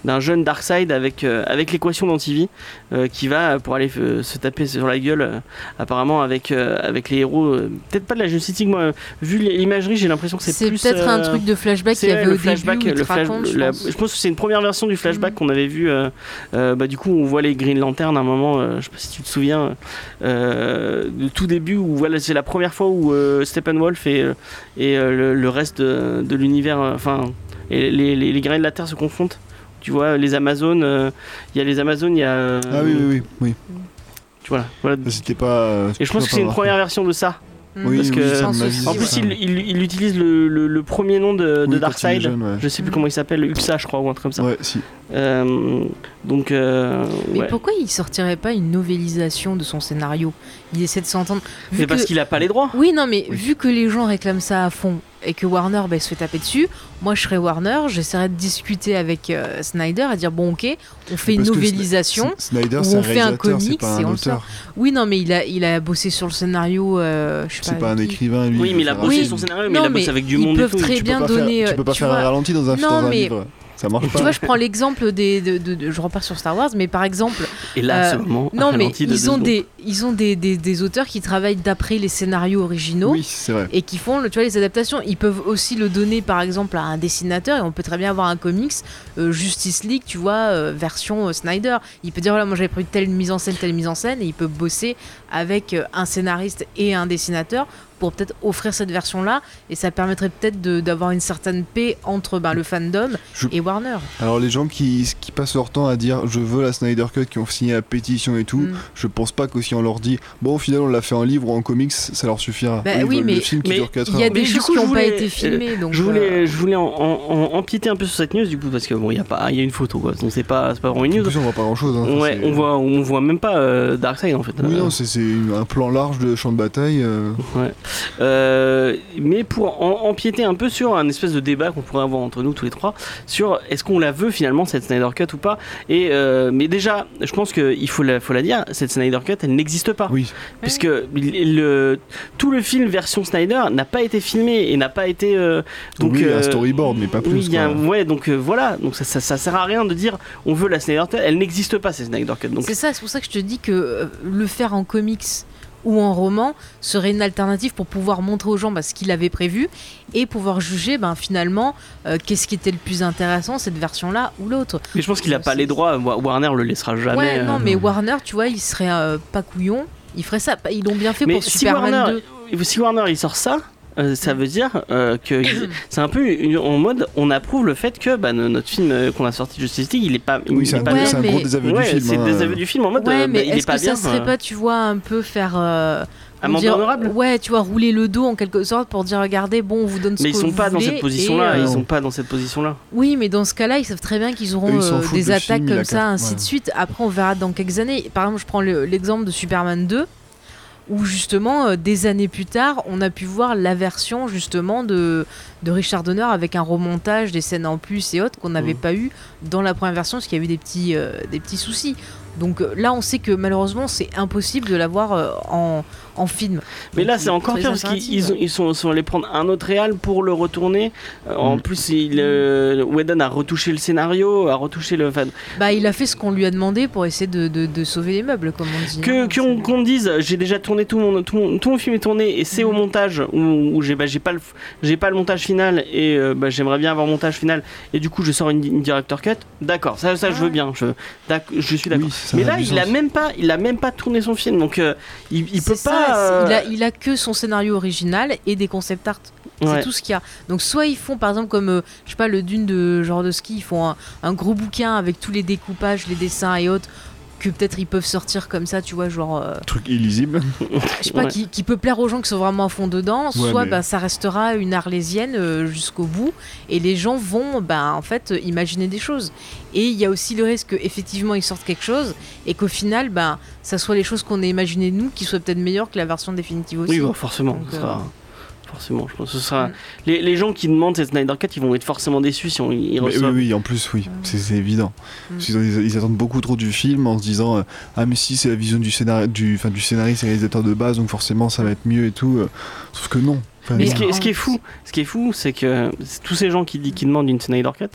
Speaker 2: d'un jeune Darkseid avec, euh, avec l'équation d'Antivie euh, qui va euh, pour aller euh, se taper sur la gueule, euh, apparemment, avec, euh, avec les héros. euh, Peut-être pas de la Justice League, moi, euh, vu l'imagerie, j'ai l'impression que c'est
Speaker 4: C'est
Speaker 2: plus.
Speaker 4: peut-être un
Speaker 2: euh,
Speaker 4: truc de flashback
Speaker 2: c'est
Speaker 4: qu'il y avait
Speaker 2: le
Speaker 4: au
Speaker 2: flashback,
Speaker 4: début. où il te
Speaker 2: le flash-
Speaker 4: raconte, je
Speaker 2: la-
Speaker 4: pense.
Speaker 2: je pense que c'est une première version du flashback
Speaker 4: Mhm.
Speaker 2: qu'on avait vu. euh, euh, bah, du coup, on voit les Green Lantern à un moment, euh, je sais pas si tu te souviens, euh, de tout début où voilà, c'est la première fois où euh, Steppenwolf et, euh, et euh, le, le reste de, de l'univers, euh, enfin, et les, les, les grains de la Terre se confrontent. Tu vois, les Amazones, euh, il y a les Amazones, il y a. euh,
Speaker 3: Ah oui, oui, oui. oui.
Speaker 2: Tu vois, voilà.
Speaker 3: Ça, C'était pas. euh,
Speaker 2: Et je pense
Speaker 3: pas
Speaker 2: que c'est une
Speaker 3: voir.
Speaker 2: première version de ça.
Speaker 4: Mm.
Speaker 3: Oui,
Speaker 2: parce
Speaker 3: oui,
Speaker 2: que-
Speaker 3: ça me
Speaker 4: En
Speaker 3: dit
Speaker 4: C'est
Speaker 2: En
Speaker 3: ça.
Speaker 2: plus, il, il- il utilise le, le- le premier nom de, de
Speaker 3: Oui, quand il est
Speaker 2: Darkseid.
Speaker 3: jeune, ouais.
Speaker 2: Je sais plus
Speaker 4: Mhm.
Speaker 2: comment il s'appelle, Uxa, je crois, ou un truc comme ça.
Speaker 3: Ouais, si.
Speaker 2: Euh, donc, euh,
Speaker 4: Mais
Speaker 2: ouais.
Speaker 4: pourquoi il sortirait pas une novélisation de son scénario Il essaie de s'entendre. vu
Speaker 2: C'est parce
Speaker 4: que-
Speaker 2: qu'il a pas les droits.
Speaker 4: Oui, non, mais
Speaker 3: Oui.
Speaker 4: vu que les gens réclament ça à fond et que Warner bah, se fait taper dessus, moi je serais Warner, j'essaierais de discuter avec euh, Snyder et dire bon, ok, on fait une
Speaker 3: Parce que Sn-
Speaker 4: novélisation.
Speaker 3: S- Snyder,
Speaker 4: où
Speaker 3: c'est un
Speaker 4: on fait un
Speaker 3: réalisateur, c'est
Speaker 4: comics
Speaker 3: pas
Speaker 4: et
Speaker 3: un
Speaker 4: on le
Speaker 3: auteur.
Speaker 4: Oui, non, mais il a, il a bossé sur le scénario. euh, je sais
Speaker 3: C'est pas un
Speaker 4: qui.
Speaker 3: écrivain, lui.
Speaker 2: Oui, mais il a
Speaker 3: c'est un-
Speaker 2: bossé
Speaker 4: Oui.
Speaker 2: son scénario, mais
Speaker 4: Non,
Speaker 2: il a bossé
Speaker 4: mais
Speaker 2: avec du
Speaker 4: ils
Speaker 2: monde et
Speaker 4: peuvent
Speaker 2: tout.
Speaker 4: très
Speaker 3: Tu peux
Speaker 4: bien
Speaker 3: pas faire-
Speaker 4: donner,
Speaker 3: Tu peux pas
Speaker 4: tu
Speaker 3: faire
Speaker 4: vois.
Speaker 3: un ralenti dans un
Speaker 4: Non,
Speaker 3: dans un
Speaker 4: mais-
Speaker 3: livre. Ça marche
Speaker 4: Tu
Speaker 3: pas.
Speaker 4: vois, je prends l'exemple des. de- de- de- je repars sur Star Wars, mais par exemple,
Speaker 2: Et là,
Speaker 4: Euh,
Speaker 2: ce moment,
Speaker 4: non, mais
Speaker 2: ralenti de deux
Speaker 4: ils ont,
Speaker 2: secondes.
Speaker 4: des, ils ont des, des- des auteurs qui travaillent d'après les scénarios originaux.
Speaker 3: Oui, c'est vrai.
Speaker 4: et qui font le- tu vois, les adaptations. Ils peuvent aussi le donner par exemple à un dessinateur et on peut très bien avoir un comics euh, Justice League, tu vois, euh, version euh, Snyder. Il peut dire voilà, moi j'avais prévu telle mise en scène, telle mise en scène et il peut bosser avec euh, un scénariste et un dessinateur pour peut-être offrir cette version-là et ça permettrait peut-être de- d'avoir une certaine paix entre ben, le fandom
Speaker 3: Je-
Speaker 4: et Warner.
Speaker 3: Alors, les gens qui, qui passent leur temps à dire je veux la Snyder Cut, qui ont signé la pétition et tout,
Speaker 4: Mm.
Speaker 3: je pense pas que si on leur dit bon, au final, on l'a fait en livre ou en comics, ça leur suffira.
Speaker 4: Bah
Speaker 3: Eux, ils
Speaker 4: oui,
Speaker 3: veulent
Speaker 4: mais-
Speaker 3: le film qui
Speaker 2: mais
Speaker 3: dure 4
Speaker 4: Il y a
Speaker 3: heures.
Speaker 2: Mais
Speaker 4: des
Speaker 2: du
Speaker 4: choses
Speaker 2: coup,
Speaker 4: qui
Speaker 2: je
Speaker 4: n'ont pas
Speaker 2: voulais-
Speaker 4: été filmées, donc
Speaker 2: Je
Speaker 4: euh,
Speaker 2: voulais, je voulais en, en- en- empiéter un peu sur cette news du coup parce que bon, il y a pas, il y a une photo quoi, donc c'est pas, c'est pas vraiment une
Speaker 3: En
Speaker 2: news.
Speaker 3: plus, on voit pas grand chose.
Speaker 2: Ouais, on voit, on voit même pas euh, Darkseid en fait.
Speaker 3: Oui,
Speaker 2: Euh,
Speaker 3: non, c'est- c'est un plan large de champ de bataille. euh,
Speaker 2: Euh, mais pour en- empiéter un peu sur un espèce de débat qu'on pourrait avoir entre nous tous les trois sur est-ce qu'on la veut finalement cette Snyder Cut ou pas et euh, mais déjà je pense qu'il faut la, faut la dire cette Snyder Cut elle n'existe pas
Speaker 3: Oui,
Speaker 2: puisque il- le, tout le film version Snyder n'a pas été filmé et n'a pas été euh, donc
Speaker 3: donc oui, il y a un
Speaker 2: euh,
Speaker 3: storyboard, mais pas plus.
Speaker 2: oui, il y a
Speaker 3: quoi.
Speaker 2: un- ouais donc euh, voilà donc ça, ça, ça sert à rien de dire on veut la Snyder Cut elle n'existe pas cette Snyder Cut donc
Speaker 4: C'est ça, c'est pour ça que je te dis que euh, le faire en comics ou en roman serait une alternative pour pouvoir montrer aux gens bah, ce qu'il avait prévu et pouvoir juger ben, finalement euh, qu'est-ce qui était le plus intéressant, cette version-là ou l'autre.
Speaker 2: mais je pense qu'il a pas les droits Wa- Warner le laissera jamais
Speaker 4: ouais,
Speaker 2: euh,
Speaker 4: non, mais Warner, tu vois, il serait euh, pas couillon, il ferait ça. Ils l'ont bien fait
Speaker 2: Mais
Speaker 4: pour
Speaker 2: si
Speaker 4: Superman
Speaker 2: Warner,
Speaker 4: 2.
Speaker 2: si Warner il sort ça, euh, ça veut dire euh,
Speaker 4: [COUGHS]
Speaker 2: que il- c'est un peu une- en mode on approuve le fait que bah, no- notre film euh, qu'on a sorti Justice League il est pas. il
Speaker 3: Oui, c'est
Speaker 2: est
Speaker 3: un,
Speaker 2: pas
Speaker 4: Ouais,
Speaker 3: c'est un
Speaker 4: mais-
Speaker 3: gros désaveu
Speaker 2: Ouais,
Speaker 3: du film.
Speaker 2: c'est
Speaker 3: hein.
Speaker 2: des aveux du film en mode
Speaker 4: Ouais,
Speaker 2: euh,
Speaker 4: mais
Speaker 2: bah, il est
Speaker 4: est-ce
Speaker 2: pas
Speaker 4: que
Speaker 2: bien.
Speaker 4: ça serait
Speaker 2: euh,
Speaker 4: pas, tu vois, un peu faire. euh,
Speaker 2: Amende
Speaker 4: dire-
Speaker 2: honorable
Speaker 4: Ouais, tu vois, rouler le dos en quelque sorte pour dire regardez, bon, on vous donne ce
Speaker 2: Mais ils
Speaker 4: que
Speaker 2: sont
Speaker 4: vous
Speaker 2: pas dans
Speaker 4: voulez
Speaker 2: cette position là,
Speaker 4: et, euh,
Speaker 2: ils sont pas dans cette position là.
Speaker 4: Oui, mais dans ce cas-là, ils savent très bien qu'ils auront
Speaker 3: Eux, ils s'en
Speaker 4: euh,
Speaker 3: foutent
Speaker 4: des
Speaker 3: de
Speaker 4: attaques
Speaker 3: film, il
Speaker 4: comme
Speaker 3: a
Speaker 4: ça,
Speaker 3: quatre-
Speaker 4: ainsi
Speaker 3: ouais.
Speaker 4: de suite. Après, on verra dans quelques années. Par exemple, je prends le- l'exemple de Superman 2, où justement, euh, des années plus tard, on a pu voir la version justement de, de Richard Donner avec un remontage des scènes en plus et autres qu'on n'avait
Speaker 2: Mhm.
Speaker 4: pas eu dans la première version, parce qu'il y a eu des petits, euh, des petits soucis. Donc euh, là, on sait que malheureusement, c'est impossible de l'avoir euh, en, en film.
Speaker 2: Mais
Speaker 4: Donc,
Speaker 2: là c'est
Speaker 4: ils-
Speaker 2: encore
Speaker 4: les
Speaker 2: pire parce qu'ils
Speaker 4: alternatives.
Speaker 2: ils ont- ils sont, sont allés prendre un autre réal pour le retourner. Euh, En
Speaker 3: Mm.
Speaker 2: plus, il, euh, Whedon a retouché le scénario, a retouché le. Enfin,
Speaker 4: Bah, il a fait ce qu'on lui a demandé pour essayer de, de- de sauver les meubles, comme on dit.
Speaker 2: Que
Speaker 4: hein.
Speaker 2: qu'on qu'on me dise j'ai déjà tourné tout mon tout mon, tout mon film est tourné et c'est au
Speaker 4: Mhm.
Speaker 2: montage où, où j'ai bah, j'ai pas le f- j'ai pas le montage final et euh, bah, j'aimerais bien avoir le montage final et du coup je sors une, une director cut d'accord ça ça je veux
Speaker 4: Ouais.
Speaker 2: bien je d'ac- je suis d'accord
Speaker 3: Oui. ça
Speaker 2: Mais
Speaker 3: n'a
Speaker 2: là,
Speaker 3: du
Speaker 2: il a
Speaker 3: sens.
Speaker 2: même pas, il a même pas tourné son film, donc euh, il, il peut
Speaker 4: C'est ça,
Speaker 2: pas. euh,
Speaker 4: c'est- il, a, il a que son scénario original et des concept art.
Speaker 2: ouais.
Speaker 4: C'est tout ce qu'il y a. Donc soit ils font par exemple comme euh, je sais pas le dune de genre de ski, ils font un, un gros bouquin avec tous les découpages, les dessins et autres que peut-être ils peuvent sortir comme ça, tu vois, genre euh,
Speaker 3: Truc illisible.
Speaker 4: je sais pas
Speaker 2: Ouais.
Speaker 4: qui, qui peut plaire aux gens qui sont vraiment à fond dedans,
Speaker 3: Ouais,
Speaker 4: soit
Speaker 3: mais-
Speaker 4: bah, ça restera une arlésienne euh, jusqu'au bout et les gens vont bah, en fait euh, imaginer des choses. Et il y a aussi le risque qu'effectivement ils sortent quelque chose et qu'au final bah, ça soit les choses qu'on a imaginées nous qui soient peut-être meilleures que la version définitive aussi.
Speaker 2: Oui, bah, forcément.
Speaker 4: Donc,
Speaker 2: ce
Speaker 4: euh,
Speaker 2: sera- Forcément, je pense que ce sera.
Speaker 4: Mm.
Speaker 2: Les, les gens qui demandent cette Snyder Cut, ils vont être forcément déçus si on ils
Speaker 3: Mais oui,
Speaker 2: reçoivent.
Speaker 3: oui, en plus,
Speaker 4: Ah
Speaker 3: oui, c'est c'est évident.
Speaker 4: Mm.
Speaker 3: Parce qu'ils ont- Ils, ils attendent beaucoup trop du film en se disant euh, Ah, mais si, c'est la vision du, scénari du, enfin, du scénariste et réalisateur de base, donc forcément ça va être mieux et tout. euh, Sauf que non. Enfin,
Speaker 2: Mais
Speaker 4: Mais
Speaker 2: ce qui, est,
Speaker 4: en-
Speaker 2: ce qui est fou, ce qui est fou, c'est que c'est tous ces gens qui, disent- qui demandent une Snyder Cut,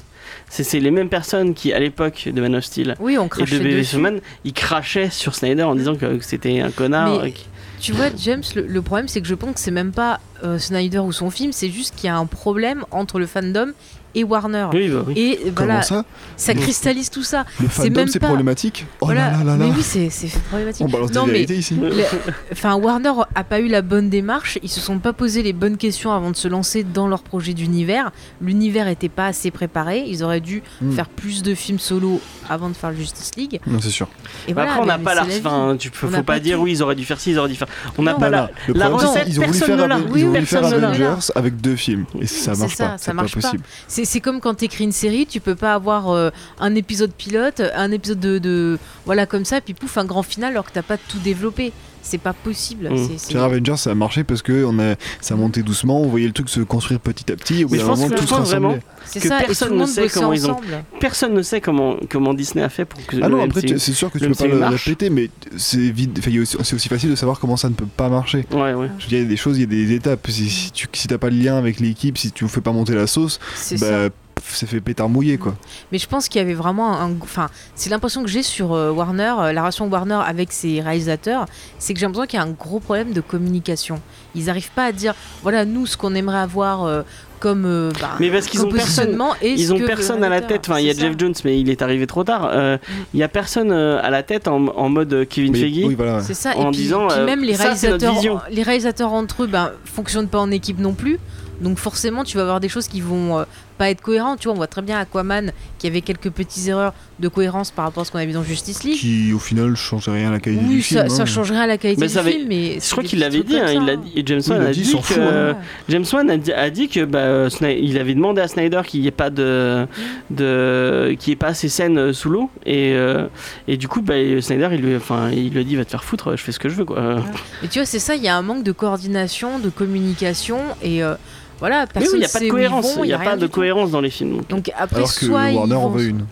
Speaker 2: c'est c'est les mêmes personnes qui, à l'époque de Man of Steel
Speaker 4: Oui, on
Speaker 2: et
Speaker 4: crache
Speaker 2: de BV Schumann, ils crachaient sur Snyder en disant que que c'était un connard.
Speaker 4: Mais-
Speaker 2: et que-
Speaker 4: Tu vois, James, le, le problème, c'est que je pense que c'est même pas euh, Snyder ou son film, c'est juste qu'il y a un problème entre le fandom et Warner.
Speaker 2: Oui, bah oui.
Speaker 4: Et euh,
Speaker 3: Comment
Speaker 4: voilà, ça,
Speaker 3: ça
Speaker 4: cristallise tout ça.
Speaker 3: Le fandom,
Speaker 4: même
Speaker 3: c'est
Speaker 4: pas-
Speaker 3: problématique Oh
Speaker 4: voilà.
Speaker 3: là là là
Speaker 4: Mais
Speaker 3: là
Speaker 4: oui, c'est c'est problématique.
Speaker 3: On balance
Speaker 4: Non,
Speaker 3: des
Speaker 4: mais- Hmm.
Speaker 3: vérités ici.
Speaker 2: Euh,
Speaker 3: [LAUGHS]
Speaker 4: Le- Enfin, Warner a pas eu la bonne démarche. Ils se sont pas posé les bonnes questions avant de se lancer dans leur projet d'univers. L'univers était pas assez préparé. Ils auraient dû
Speaker 3: Mm.
Speaker 4: faire plus de films solo avant de faire le Justice League.
Speaker 3: Non, c'est sûr.
Speaker 4: Et
Speaker 2: Bah
Speaker 4: voilà,
Speaker 2: après, on
Speaker 4: mais-
Speaker 2: n'a
Speaker 4: mais
Speaker 2: pas
Speaker 4: c'est
Speaker 2: la. hein.
Speaker 4: vie.
Speaker 2: Enfin, tu peux,
Speaker 4: On
Speaker 2: faut
Speaker 4: n'a
Speaker 2: pas,
Speaker 4: pas
Speaker 2: dire
Speaker 4: tout.
Speaker 2: oui, ils auraient dû faire ci, ils auraient dû faire. On n'a
Speaker 4: Non,
Speaker 2: pas
Speaker 3: Non,
Speaker 2: la.
Speaker 3: non, le
Speaker 2: la
Speaker 3: problème, c'est
Speaker 2: recette,
Speaker 3: qu'ils ont voulu
Speaker 2: personne
Speaker 3: faire,
Speaker 2: ne l'a.
Speaker 3: Aven- ils
Speaker 4: Oui,
Speaker 3: ont voulu
Speaker 4: personne
Speaker 3: faire
Speaker 4: ne l'a.
Speaker 3: Avengers avec deux films et ça
Speaker 4: C'est
Speaker 3: marche
Speaker 4: ça,
Speaker 3: pas.
Speaker 4: ça
Speaker 3: c'est
Speaker 4: marche pas.
Speaker 3: pas possible.
Speaker 4: C'est c'est comme quand t'écris une série, tu peux pas avoir euh, un épisode pilote, un épisode de, de- voilà comme ça, puis pouf un grand final alors que t'as pas tout développé. C'est pas possible.
Speaker 2: Mm.
Speaker 4: c'est- c'est-
Speaker 3: Pierre Avengers, ça a marché parce que on a, ça montait doucement, on voyait le truc se construire petit à petit, et au bout
Speaker 2: Mais je
Speaker 3: d'un
Speaker 2: pense
Speaker 3: moment,
Speaker 2: que
Speaker 3: tout se
Speaker 2: franchement, vraiment,
Speaker 3: rassemblait.
Speaker 4: C'est
Speaker 2: que
Speaker 4: ça. Et
Speaker 2: personne
Speaker 4: tout le
Speaker 2: ne
Speaker 4: monde
Speaker 2: sait
Speaker 4: bossait
Speaker 2: comment ils ont-
Speaker 4: ensemble.
Speaker 2: Personne ne sait comment, comment Disney a fait pour que.
Speaker 3: Ah non,
Speaker 2: le
Speaker 3: après,
Speaker 2: MCU
Speaker 3: tu- c'est sûr que
Speaker 2: le
Speaker 3: tu peux pas
Speaker 2: MCU
Speaker 3: le
Speaker 2: marche.
Speaker 3: répéter, mais c'est vide- enfin, il y a aussi- c'est aussi facile de savoir comment ça ne peut pas marcher.
Speaker 2: Ouais,
Speaker 4: Ah.
Speaker 2: ouais.
Speaker 3: Je veux dire, Il y a des choses, il y a des étapes. Si, si tu si t'as pas le lien avec l'équipe, si tu fais pas monter la sauce,
Speaker 4: C'est ça.
Speaker 3: bah pff, c'est fait pétard mouillé quoi.
Speaker 4: Mais je pense qu'il y avait vraiment un. Enfin, c'est l'impression que j'ai sur euh, Warner, euh, la relation Warner avec ses réalisateurs, c'est que j'ai l'impression qu'il y a un gros problème de communication. Ils n'arrivent pas à dire, voilà, nous, ce qu'on aimerait avoir euh, comme. euh, bah,
Speaker 2: Mais parce qu'ils
Speaker 4: comme
Speaker 2: ont personne.
Speaker 4: positionnement et ce
Speaker 2: Ils ont
Speaker 4: que le
Speaker 2: personne à la
Speaker 4: réalisateur.
Speaker 2: tête. Enfin, il y a
Speaker 4: C'est ça.
Speaker 2: Jeff Jones, mais il est arrivé trop tard. Euh, Il y a personne euh, à la tête en, en mode euh, Kevin
Speaker 3: Mais-
Speaker 2: Feige.
Speaker 3: oui, voilà. ouais.
Speaker 4: C'est ça,
Speaker 2: en
Speaker 4: et puis,
Speaker 2: disant,
Speaker 4: puis
Speaker 2: euh,
Speaker 4: même les
Speaker 2: ça, c'est notre
Speaker 4: réalisateurs,
Speaker 2: vision.
Speaker 4: les réalisateurs entre eux ben, fonctionnent pas en équipe non plus. Donc forcément, tu vas avoir des choses qui vont euh, pas être cohérentes. Tu vois, on voit très bien Aquaman qui avait quelques petites erreurs de cohérence par rapport à ce qu'on avait vu dans Justice League.
Speaker 3: Qui au final change rien à la qualité
Speaker 4: Oui,
Speaker 3: du film.
Speaker 4: ça, ça
Speaker 3: hein.
Speaker 4: change rien à la qualité
Speaker 2: Mais
Speaker 4: du
Speaker 2: ça avait-
Speaker 4: film, mais
Speaker 2: Je
Speaker 4: c'est
Speaker 2: crois
Speaker 4: des
Speaker 2: qu'il
Speaker 4: petits
Speaker 2: l'avait
Speaker 4: trucs
Speaker 2: dit,
Speaker 4: comme
Speaker 2: hein,
Speaker 4: ça,
Speaker 2: il a
Speaker 4: hein.
Speaker 2: dit- et James
Speaker 3: Oui,
Speaker 2: Wan
Speaker 3: il a
Speaker 2: a
Speaker 3: dit, il
Speaker 2: dit
Speaker 3: s'en
Speaker 2: que
Speaker 3: fout, hein.
Speaker 2: euh, James Wan a dit, a dit que bah, euh, Sny- il avait demandé à Snyder qu'il n'y ait pas de, de qu'il y ait pas ces scènes euh, sous l'eau et, euh, et du coup bah, euh, Snyder il lui enfin il lui a dit va te faire foutre je fais ce que je veux quoi.
Speaker 4: Mais tu vois, c'est ça, il y a un manque de coordination, de communication, et euh, voilà,
Speaker 2: Mais oui, il
Speaker 4: personne
Speaker 2: n'y a pas
Speaker 4: sait
Speaker 2: de
Speaker 4: où ils
Speaker 2: cohérence,
Speaker 4: vont,
Speaker 2: il n'y a,
Speaker 4: rien
Speaker 2: pas de
Speaker 4: du tout.
Speaker 2: cohérence dans les films. donc.
Speaker 4: Donc après,
Speaker 3: Alors que
Speaker 4: soit ils
Speaker 3: Warner en
Speaker 4: vont-
Speaker 3: veut une.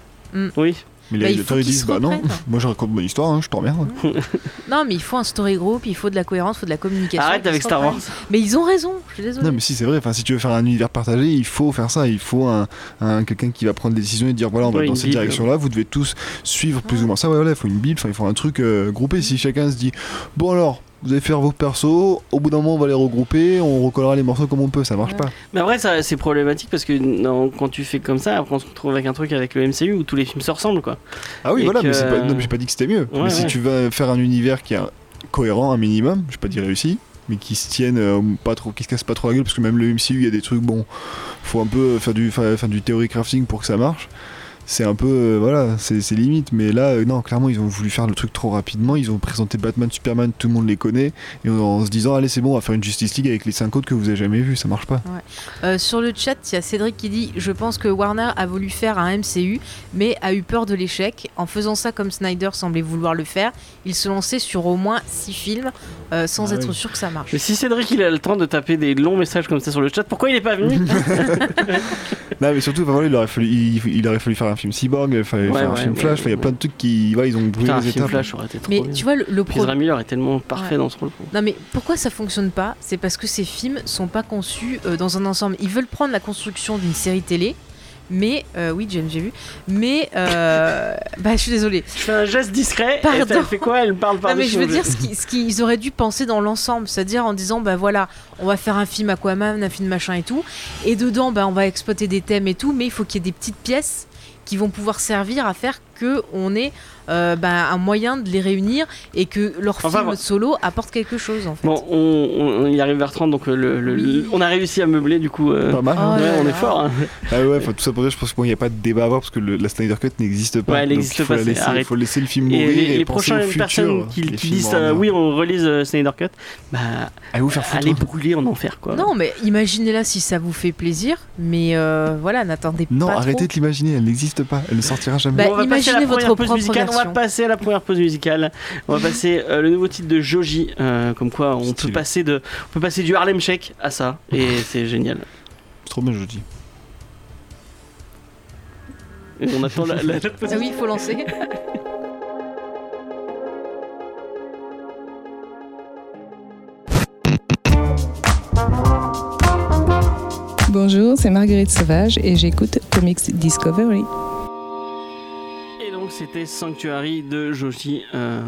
Speaker 2: Oui,
Speaker 3: Mais les
Speaker 4: Bah, il faut
Speaker 3: réalisateurs ils
Speaker 4: qu'ils
Speaker 3: disent
Speaker 4: se
Speaker 3: bah non,
Speaker 4: reprennent.
Speaker 3: moi je raconte mon histoire, hein, je t'emmerde.
Speaker 4: Non, mais il faut un story group, il faut de la cohérence, il faut de la communication.
Speaker 2: arrête
Speaker 4: qu'ils
Speaker 2: avec
Speaker 4: se
Speaker 2: Star Wars.
Speaker 4: reprennent. Mais ils ont raison, je suis désolée.
Speaker 3: Non mais si c'est vrai, enfin si tu veux faire un univers partagé, il faut faire ça, il faut un, un- quelqu'un qui va prendre des décisions et dire voilà on va
Speaker 2: Ouais,
Speaker 3: dans
Speaker 2: une
Speaker 3: cette
Speaker 2: bible.
Speaker 3: direction-là, vous devez tous suivre plus ou moins ça, ouais voilà, il faut une bible, enfin il faut un truc euh, groupé, si chacun se dit bon alors vous allez faire vos persos, au bout d'un moment on va les regrouper, on recollera les morceaux comme on peut, ça marche
Speaker 4: Ouais.
Speaker 3: pas.
Speaker 2: Mais après, ça, c'est problématique parce que non, quand tu fais comme ça, après on se retrouve avec un truc avec le MCU où tous les films se ressemblent quoi.
Speaker 3: Ah oui
Speaker 2: Et
Speaker 3: voilà,
Speaker 2: que-
Speaker 3: mais c'est pas, non, mais j'ai pas dit que c'était mieux,
Speaker 2: Ouais,
Speaker 3: mais si
Speaker 2: ouais.
Speaker 3: tu veux faire un univers qui est cohérent un minimum, je pas dit réussi, mais qui se tienne euh, pas trop, qui se casse pas trop la gueule, parce que même le MCU il y a des trucs bon, faut un peu euh, faire du, faire, faire du theory crafting pour que ça marche. C'est un peu, euh, voilà, c'est c'est limite, mais là, euh, non, clairement, ils ont voulu faire le truc trop rapidement. Ils ont présenté Batman, Superman, tout le monde les connaît, et en, en se disant, allez, c'est bon, on va faire une Justice League avec les cinq autres que vous avez jamais vu, ça marche pas.
Speaker 4: Euh, sur le chat, il y a Cédric qui dit Je pense que Warner a voulu faire un MCU, mais a eu peur de l'échec. En faisant ça comme Snyder semblait vouloir le faire, il se lançait sur au moins 6 films euh, sans
Speaker 3: Ah
Speaker 4: être
Speaker 3: oui.
Speaker 4: sûr que ça marche.
Speaker 2: Mais si Cédric il a le temps de taper des longs messages comme ça sur le chat, pourquoi il n'est pas venu
Speaker 3: [LAUGHS] Non, mais surtout, enfin, voilà, il aurait fallu, il, il aurait fallu faire un film Cyborg, il fallait
Speaker 2: Ouais,
Speaker 3: faire un
Speaker 2: ouais,
Speaker 3: film
Speaker 2: ouais,
Speaker 3: Flash, enfin, il y a
Speaker 2: ouais.
Speaker 3: plein de trucs qui, voilà, ils ont brûlé
Speaker 2: Putain, un
Speaker 3: les
Speaker 2: film
Speaker 3: étapes.
Speaker 2: Flash aurait été trop
Speaker 4: Mais
Speaker 2: bien.
Speaker 4: tu vois, le, le pro-
Speaker 2: Ezra Miller est tellement parfait
Speaker 4: Ouais.
Speaker 2: dans ce rôle. quoi.
Speaker 4: Non, mais pourquoi ça fonctionne pas C'est parce que ces films sont pas conçus euh, dans un ensemble. Ils veulent prendre la construction d'une série télé. Mais euh, oui, James, j'ai vu. Mais euh, [LAUGHS] bah, je suis désolée.
Speaker 2: Je fais un geste discret.
Speaker 4: Pardon.
Speaker 2: Et elle fait quoi Elle parle par
Speaker 4: Non, mais je
Speaker 2: dessus
Speaker 4: veux
Speaker 2: mon
Speaker 4: dire
Speaker 2: jeu.
Speaker 4: ce qui- ce qu'ils auraient dû penser dans l'ensemble, c'est-à-dire en disant bah voilà, on va faire un film Aquaman, un film machin et tout, et dedans bah on va exploiter des thèmes et tout, mais il faut qu'il y ait des petites pièces qui vont pouvoir servir à faire que on ait euh, bah, un moyen de les réunir et que leur
Speaker 2: Enfin,
Speaker 4: film
Speaker 2: bon.
Speaker 4: solo apporte quelque chose en fait.
Speaker 2: Bon, on, on- on y arrive Bertrand, donc euh, le, le- le- on a réussi à meubler du coup. euh,
Speaker 3: Pas mal. hein.
Speaker 4: Oh
Speaker 2: ouais,
Speaker 4: là
Speaker 2: on est
Speaker 4: là.
Speaker 2: fort. hein.
Speaker 3: Ah ouais, enfin tout ça pour dire, je pense qu'il n'y a pas de débat à avoir parce que le- la Snyder Cut n'existe pas.
Speaker 2: Ouais, elle
Speaker 3: Donc,
Speaker 2: n'existe
Speaker 3: il faut
Speaker 2: pas,
Speaker 3: la
Speaker 2: c'est-
Speaker 3: laisser- Il
Speaker 2: arrête.
Speaker 3: faut laisser le film
Speaker 2: Et
Speaker 3: mourir.
Speaker 2: les, les
Speaker 3: penser au
Speaker 2: prochaines
Speaker 3: futur,
Speaker 2: personnes qui,
Speaker 3: les
Speaker 2: qui
Speaker 3: films
Speaker 2: disent
Speaker 3: en
Speaker 2: euh,
Speaker 3: arrière.
Speaker 2: oui, on relise euh, Snyder Cut, bah,
Speaker 3: Allez vous faire foutre.
Speaker 2: allez brûler en enfer quoi.
Speaker 4: Non, mais imaginez-la si ça vous fait plaisir, mais euh, voilà, n'attendez
Speaker 3: Non,
Speaker 4: pas.
Speaker 3: arrêtez
Speaker 4: trop.
Speaker 3: de l'imaginer, elle n'existe pas, elle ne sortira jamais.
Speaker 4: Bah,
Speaker 2: Bon, on va passer à la
Speaker 4: imaginez
Speaker 2: première
Speaker 4: votre
Speaker 2: pause
Speaker 4: propre
Speaker 2: musicale. On va
Speaker 4: version.
Speaker 2: passer à la première pause musicale. On va passer euh, le nouveau titre de Joji, euh, comme quoi on peut
Speaker 3: Stylé.
Speaker 2: passer de, on peut passer du Harlem Shake à ça, et c'est génial.
Speaker 3: C'est trop bien, je dis.
Speaker 2: Et on attend la, la, la pause.
Speaker 4: Ah oui, il
Speaker 2: [LAUGHS]
Speaker 4: faut lancer.
Speaker 5: Bonjour, c'est Marguerite Sauvage et j'écoute Comics Discovery.
Speaker 2: Et donc c'était Sanctuary de Joji, euh,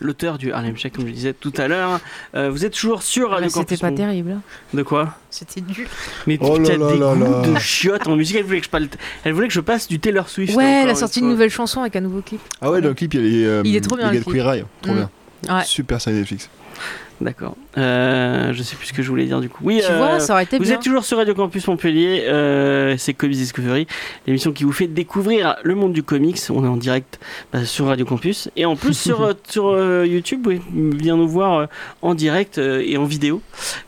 Speaker 2: l'auteur du Harlem Shake, comme je disais tout à l'heure. Euh, vous êtes toujours sur Radio
Speaker 4: Mais Ah bah, C'était
Speaker 2: Campus
Speaker 4: pas
Speaker 2: Mont-
Speaker 4: terrible. hein.
Speaker 2: De quoi
Speaker 4: C'était nul.
Speaker 2: Mais
Speaker 3: Oh
Speaker 2: putain,
Speaker 3: là là
Speaker 2: des
Speaker 3: là
Speaker 2: goûts
Speaker 3: là.
Speaker 2: de chiottes en musique. Elle voulait que je parle. Elle voulait que je passe du Taylor Swift.
Speaker 4: Ouais,
Speaker 2: encore
Speaker 4: la
Speaker 2: une
Speaker 4: sortie
Speaker 2: fois.
Speaker 4: d'une nouvelle chanson avec un nouveau clip.
Speaker 3: Ah ouais, dans le clip, il y a les, euh,
Speaker 4: Il est trop bien,
Speaker 3: les gars
Speaker 4: le
Speaker 3: de
Speaker 4: clip.
Speaker 3: Queer Eye. Trop
Speaker 4: Mm.
Speaker 3: bien.
Speaker 4: Ouais.
Speaker 3: Super série Netflix.
Speaker 2: D'accord. Euh, je sais plus ce que je voulais dire du coup. Oui.
Speaker 4: Tu
Speaker 2: euh,
Speaker 4: vois, ça aurait été
Speaker 2: vous
Speaker 4: bien.
Speaker 2: êtes toujours sur Radio Campus Montpellier, euh, c'est Comics Discovery, l'émission qui vous fait découvrir le monde du comics. On est en direct bah, sur Radio Campus et en plus sur, euh, sur euh, YouTube, vous pouvez bien nous voir euh, en direct euh, et en vidéo.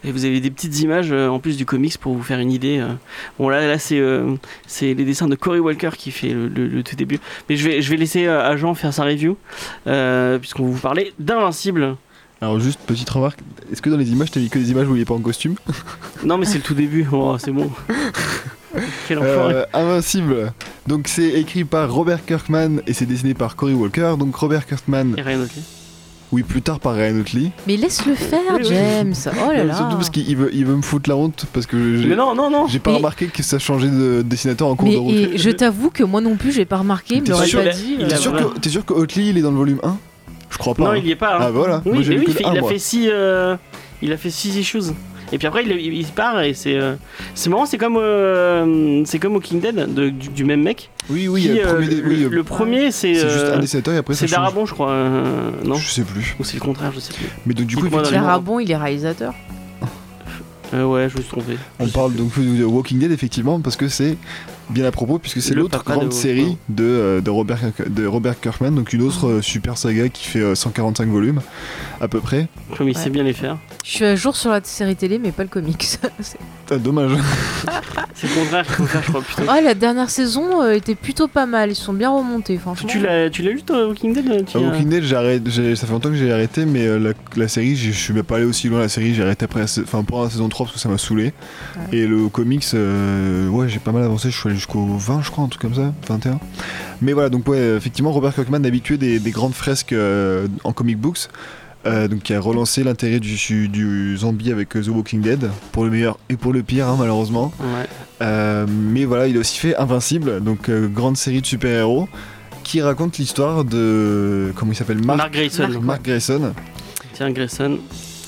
Speaker 2: Et vous avez des petites images euh, en plus du comics pour vous faire une idée. euh. Bon là, là c'est euh, c'est les dessins de Cory Walker qui fait le, le- le tout début. Mais je vais, je vais laisser euh, à Jean faire sa review euh, puisqu'on va vous parler d'Invincible.
Speaker 3: Alors, juste petite remarque, est-ce que dans les images, t'as mis que des images où il est pas en costume
Speaker 2: Non mais c'est le tout début, Oh, c'est bon. Quel enfoiré.
Speaker 3: Euh, Invincible. Donc, c'est écrit par Robert Kirkman et c'est dessiné par Cory Walker. Donc, Robert Kirkman,
Speaker 2: Et rien d'autre.
Speaker 3: oui, plus tard par Ryan Otley.
Speaker 4: Mais laisse-le faire,
Speaker 2: Oui, oui. [LAUGHS]
Speaker 4: James. Oh là
Speaker 3: Euh,
Speaker 4: là.
Speaker 3: Surtout parce qu'il veut, il veut me foutre la honte parce que
Speaker 2: Mais
Speaker 3: j'ai,
Speaker 2: non, non, non.
Speaker 3: j'ai pas
Speaker 4: Mais-
Speaker 3: remarqué que ça changeait de dessinateur en cours
Speaker 4: Mais
Speaker 3: de route.
Speaker 4: et je t'avoue que moi non plus, j'ai pas remarqué,
Speaker 3: T'es
Speaker 4: mais aurait
Speaker 3: sûr
Speaker 4: pas
Speaker 2: qu'il a-
Speaker 4: dit.
Speaker 2: il
Speaker 4: euh,
Speaker 3: T'es
Speaker 2: a-
Speaker 3: sûr,
Speaker 2: voilà.
Speaker 3: que, t'es sûr que Otley il est dans le volume 1 Je crois pas.
Speaker 2: Non,
Speaker 3: hein.
Speaker 2: il y est pas. hein.
Speaker 3: Ah voilà,
Speaker 2: Oui,
Speaker 3: moi j'ai
Speaker 2: mais
Speaker 3: lu
Speaker 2: oui,
Speaker 3: que
Speaker 2: il,
Speaker 3: le
Speaker 2: fait,
Speaker 3: un,
Speaker 2: il a
Speaker 3: moi.
Speaker 2: fait six, euh, il a fait six issues. Et puis après, il, il- il part et c'est, euh, c'est marrant. C'est comme, euh, c'est comme Walking Dead de- du, du même mec.
Speaker 3: Oui, oui,
Speaker 2: Qui,
Speaker 3: il y a le
Speaker 2: euh,
Speaker 3: premier dé- oui,
Speaker 2: le,
Speaker 3: euh,
Speaker 2: le premier, c'est,
Speaker 3: c'est juste
Speaker 2: euh,
Speaker 3: un dessinateur et après
Speaker 2: c'est
Speaker 3: ça change.
Speaker 2: Darabon, je crois. euh, non,
Speaker 3: Je sais plus.
Speaker 2: ou c'est le contraire, je sais plus.
Speaker 3: Mais donc du coup,
Speaker 2: Dites-moi dans les
Speaker 3: effectivement,
Speaker 4: Clara Bon, il est réalisateur.
Speaker 2: Euh, ouais, je me suis trompé.
Speaker 3: on parle donc de Walking Dead effectivement parce que c'est bien à propos puisque c'est
Speaker 2: Le
Speaker 3: l'autre
Speaker 2: papa de
Speaker 3: grande
Speaker 2: Walking Dead.
Speaker 3: série de, euh, de, Robert, de Robert Kirkman, donc une autre euh, super saga qui fait euh, 145 volumes à peu près.
Speaker 2: Comme il
Speaker 4: Ouais.
Speaker 2: sait bien les faire.
Speaker 4: Je suis à jour sur la série télé, mais pas le comics. C'est-
Speaker 3: Ah, dommage.
Speaker 2: C'est le contraire, qu'il faut faire, je crois. Putain.
Speaker 4: oh, la dernière saison euh, était plutôt pas mal. Ils sont bien remontés,
Speaker 2: Tu,
Speaker 4: franchement.
Speaker 2: tu l'as, tu l'as lu toi, Walking Dead tu
Speaker 3: Euh,
Speaker 2: as-
Speaker 3: Walking Dead, j'arrête, j'ai- ça fait longtemps que j'ai arrêté, mais euh, la, la série, j'ai- je suis même pas allé aussi loin. La série, j'ai arrêté après, la sa- enfin pour la saison 3 parce que ça m'a saoulé.
Speaker 4: Ouais.
Speaker 3: Et le comics, euh, ouais, j'ai pas mal avancé. Je suis allé jusqu'au 20, je crois, un truc comme ça, 21. Mais voilà, donc ouais, euh, effectivement, Robert Kirkman, habitué des, des grandes fresques euh, en comic books, euh, donc qui a relancé l'intérêt du, du zombie avec euh, The Walking Dead pour le meilleur et pour le pire, hein, malheureusement.
Speaker 2: Ouais.
Speaker 3: Euh, mais voilà, il a aussi fait Invincible, donc euh, grande série de super-héros, qui raconte l'histoire de. Comment il s'appelle Mark,
Speaker 2: Mark Grayson.
Speaker 3: Mark Grayson.
Speaker 2: Tiens,
Speaker 3: [LAUGHS]
Speaker 2: Grayson.